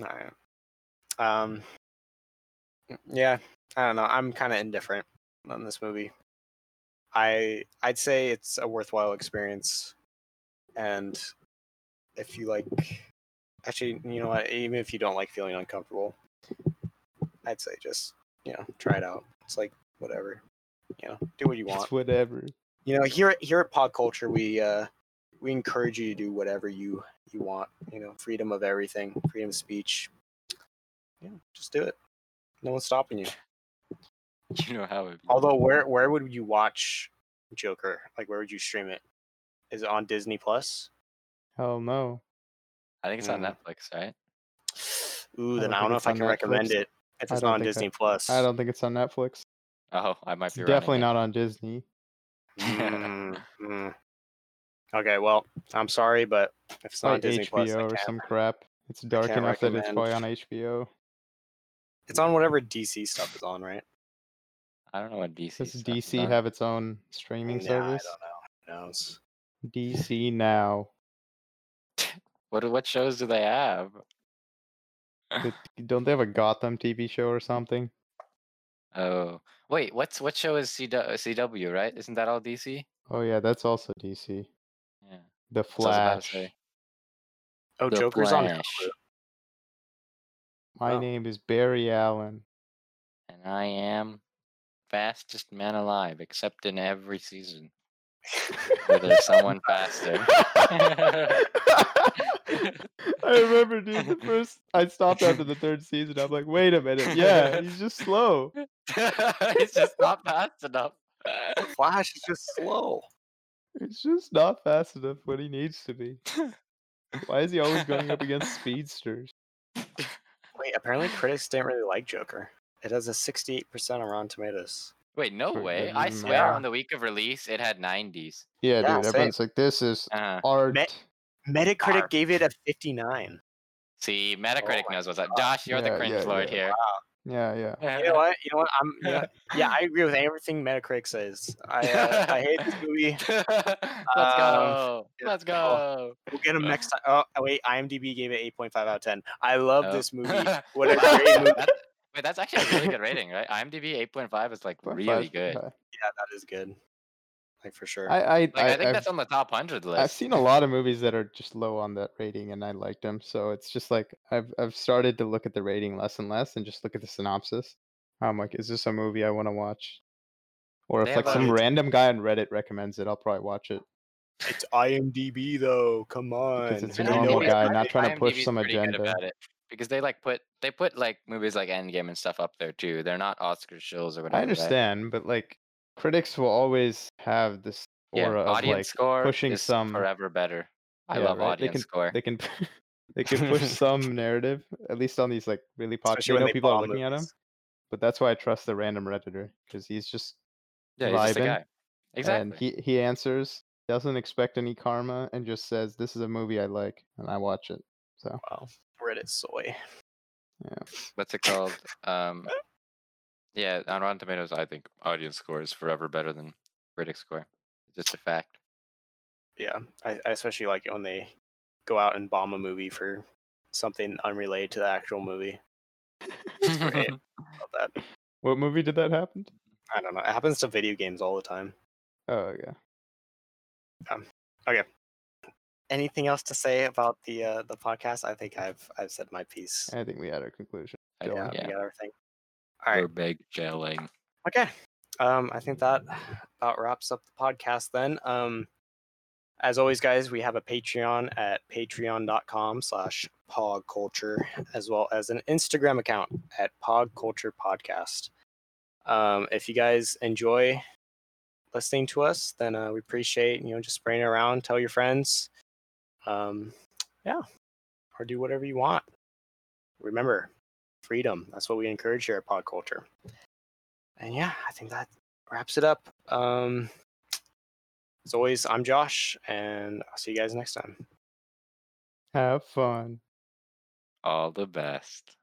S1: All right. Um. Yeah, I don't know. I'm kind of indifferent on this movie. I I'd say it's a worthwhile experience, and if you like, actually, you know what? Even if you don't like feeling uncomfortable, I'd say just you know try it out. It's like whatever, you know, do what you want
S5: It's whatever.
S1: you know here at- here at pod culture we uh we encourage you to do whatever you you want you know freedom of everything freedom of speech yeah just do it no one's stopping you
S4: You know how. it-
S1: although where where would you watch joker like where would you stream it is it on disney plus
S5: Hell no.
S4: I think it's on
S1: Mm.
S4: Netflix, right?
S1: ooh
S5: I
S1: then
S5: don't
S1: i don't
S5: think
S1: know
S5: it's
S1: if i
S5: on
S1: can recommend
S5: Netflix.
S1: it if
S5: I
S1: it's
S5: don't
S1: not on
S5: think
S1: disney plus
S5: I don't think it's on Netflix.
S4: Oh, I might
S5: It's
S4: be running
S5: definitely
S4: it.
S5: not on Disney.
S1: Mm, mm. okay well i'm sorry but if it's
S5: It's
S1: not on
S5: like
S1: disney
S5: HBO
S1: plus I
S5: or
S1: can't.
S5: some crap. It's dark
S1: can't
S5: enough that it's
S1: recommend.
S5: probably on HBO.
S1: it's on whatever dc stuff is on right
S4: I don't know what DC.
S5: Does
S4: stuff is
S5: DC
S4: on.
S5: have its own streaming
S1: Nah,
S5: service?
S1: I don't know. Who knows?
S5: DC Now.
S4: What what shows do they have?
S5: The- don't they have a Gotham TV show or something?
S4: Oh, wait, what's what show is CW, CW right? Isn't that all DC?
S5: Oh yeah, that's also DC.
S4: Yeah.
S5: The
S4: what I was about to
S5: Flash.
S4: say.
S1: Oh,
S4: The
S1: Joker's on.
S4: Flash.
S1: Hulu.
S5: My
S1: Oh.
S5: name is Barry Allen.
S4: And I am fastest man alive, except in every season where there's someone faster.
S5: I remember, dude, the first I stopped after the third season. I'm like, wait a minute, yeah, he's just slow.
S4: it's just not fast enough.
S1: Flash is just slow.
S5: He's just not fast enough when he needs to be. Why is he always going up against speedsters?
S1: Wait, apparently critics didn't really like Joker. It has a 68% on Rotten Tomatoes.
S4: Wait, no
S5: For
S4: way!
S5: good
S4: I
S5: reason,
S4: swear,
S1: yeah.
S4: on the week of release, it had 90s.
S1: Yeah,
S5: Yeah, dude,
S1: same.
S5: everyone's like, this is
S4: Uh,
S5: art.
S1: Metacritic
S4: Arr.
S1: gave it a 59.
S4: see, Metacritic
S1: Oh my
S4: knows what's up.
S1: God.
S4: Josh, you're
S5: Yeah,
S4: the cringe
S5: yeah,
S4: lord
S5: yeah.
S4: here.
S5: Yeah, yeah.
S1: You know what? You know what? I'm. You know, yeah, I agree with everything Metacritic says. I uh, I hate this movie.
S4: Let's
S1: Um,
S4: go.
S1: yeah,
S4: Let's
S1: cool.
S4: go.
S1: We'll get him next time. Oh wait, IMDb gave it 8.5 out of 10. I love
S4: Oh.
S1: this movie. What a
S4: Wow,
S1: great movie!
S4: that's- Wait, that's actually a really good rating, right? IMDb 8.5 is like really
S5: 0.5.
S4: good.
S1: Yeah, that is good. Like for sure.
S5: I, I,
S4: Like I, think
S5: I, have
S4: that's on the top 100 list.
S5: I've seen a lot of movies that are just low on that rating, and I liked them. So it's just like I've I've started to look at the rating less and less, and just look at the synopsis. I'm like, is this a movie I want to watch? Or
S4: They
S5: if like
S4: have
S5: some
S4: a-
S5: random guy on Reddit recommends it, I'll probably watch it
S1: it's IMDb though. Come on.
S5: because it's a
S4: Oh, And
S1: They know
S5: normal
S1: what
S4: IMDb
S5: guy
S1: IMDb
S5: not trying to
S4: IMDb
S5: push
S4: is
S5: some
S4: pretty good
S5: agenda.
S4: about it because they like put They put like movies like Endgame and stuff up there too. They're not Oscar shows or whatever.
S5: I
S4: right?
S5: understand, but like critics will always have this
S4: Yeah,
S5: aura of
S4: audience
S5: like
S4: score
S5: pushing
S4: is
S5: some-
S4: forever better. I
S5: Yeah,
S4: love
S5: right? They
S4: audience
S5: can-
S4: score.
S5: they can they can push some narrative at least on these like really
S1: Especially
S5: popular.
S1: when
S5: I know
S1: they
S5: people are
S1: bomb
S5: looking at him,
S1: movies.
S5: but that's why I trust the random redditor because he's just
S4: yeah, he's just a
S5: vibing,
S4: guy. Exactly.
S5: and he he answers, doesn't expect any karma, and just says this is a movie I like and I watch it. So
S1: Wow. Reddit soy.
S4: what's it called? Um, yeah, on Rotten Tomatoes, I think audience score is forever better than critic score. It's just a fact.
S1: Yeah. I, I especially like it when they go out and bomb a movie for something unrelated to the actual movie. Great. Love that.
S5: what movie did that happen? to?
S1: I don't know. It happens to video games all the time.
S5: Oh yeah.
S1: Anything else to say about the uh, the podcast? I think I've I've said my piece.
S5: I think we had our conclusion.
S4: I
S5: Yeah,
S4: think,
S1: Yeah,
S4: yeah.
S1: we got everything. All right.
S4: We're big gelling.
S1: Okay. Um, I think that about wraps up the podcast then. Um, as always, guys, we have a Patreon at patreon.com slash podculture, as well as an Instagram account at podculture podcast. Um, if you guys enjoy listening to us, then uh, we appreciate, you know, just spraying around, tell your friends. Um, yeah. Or do whatever you want. Remember, freedom. That's what we encourage here at Podculture and yeah, I think that wraps it up. Um, as always, I'm Josh, and I'll see you guys next time.
S5: Have fun.
S4: All the best.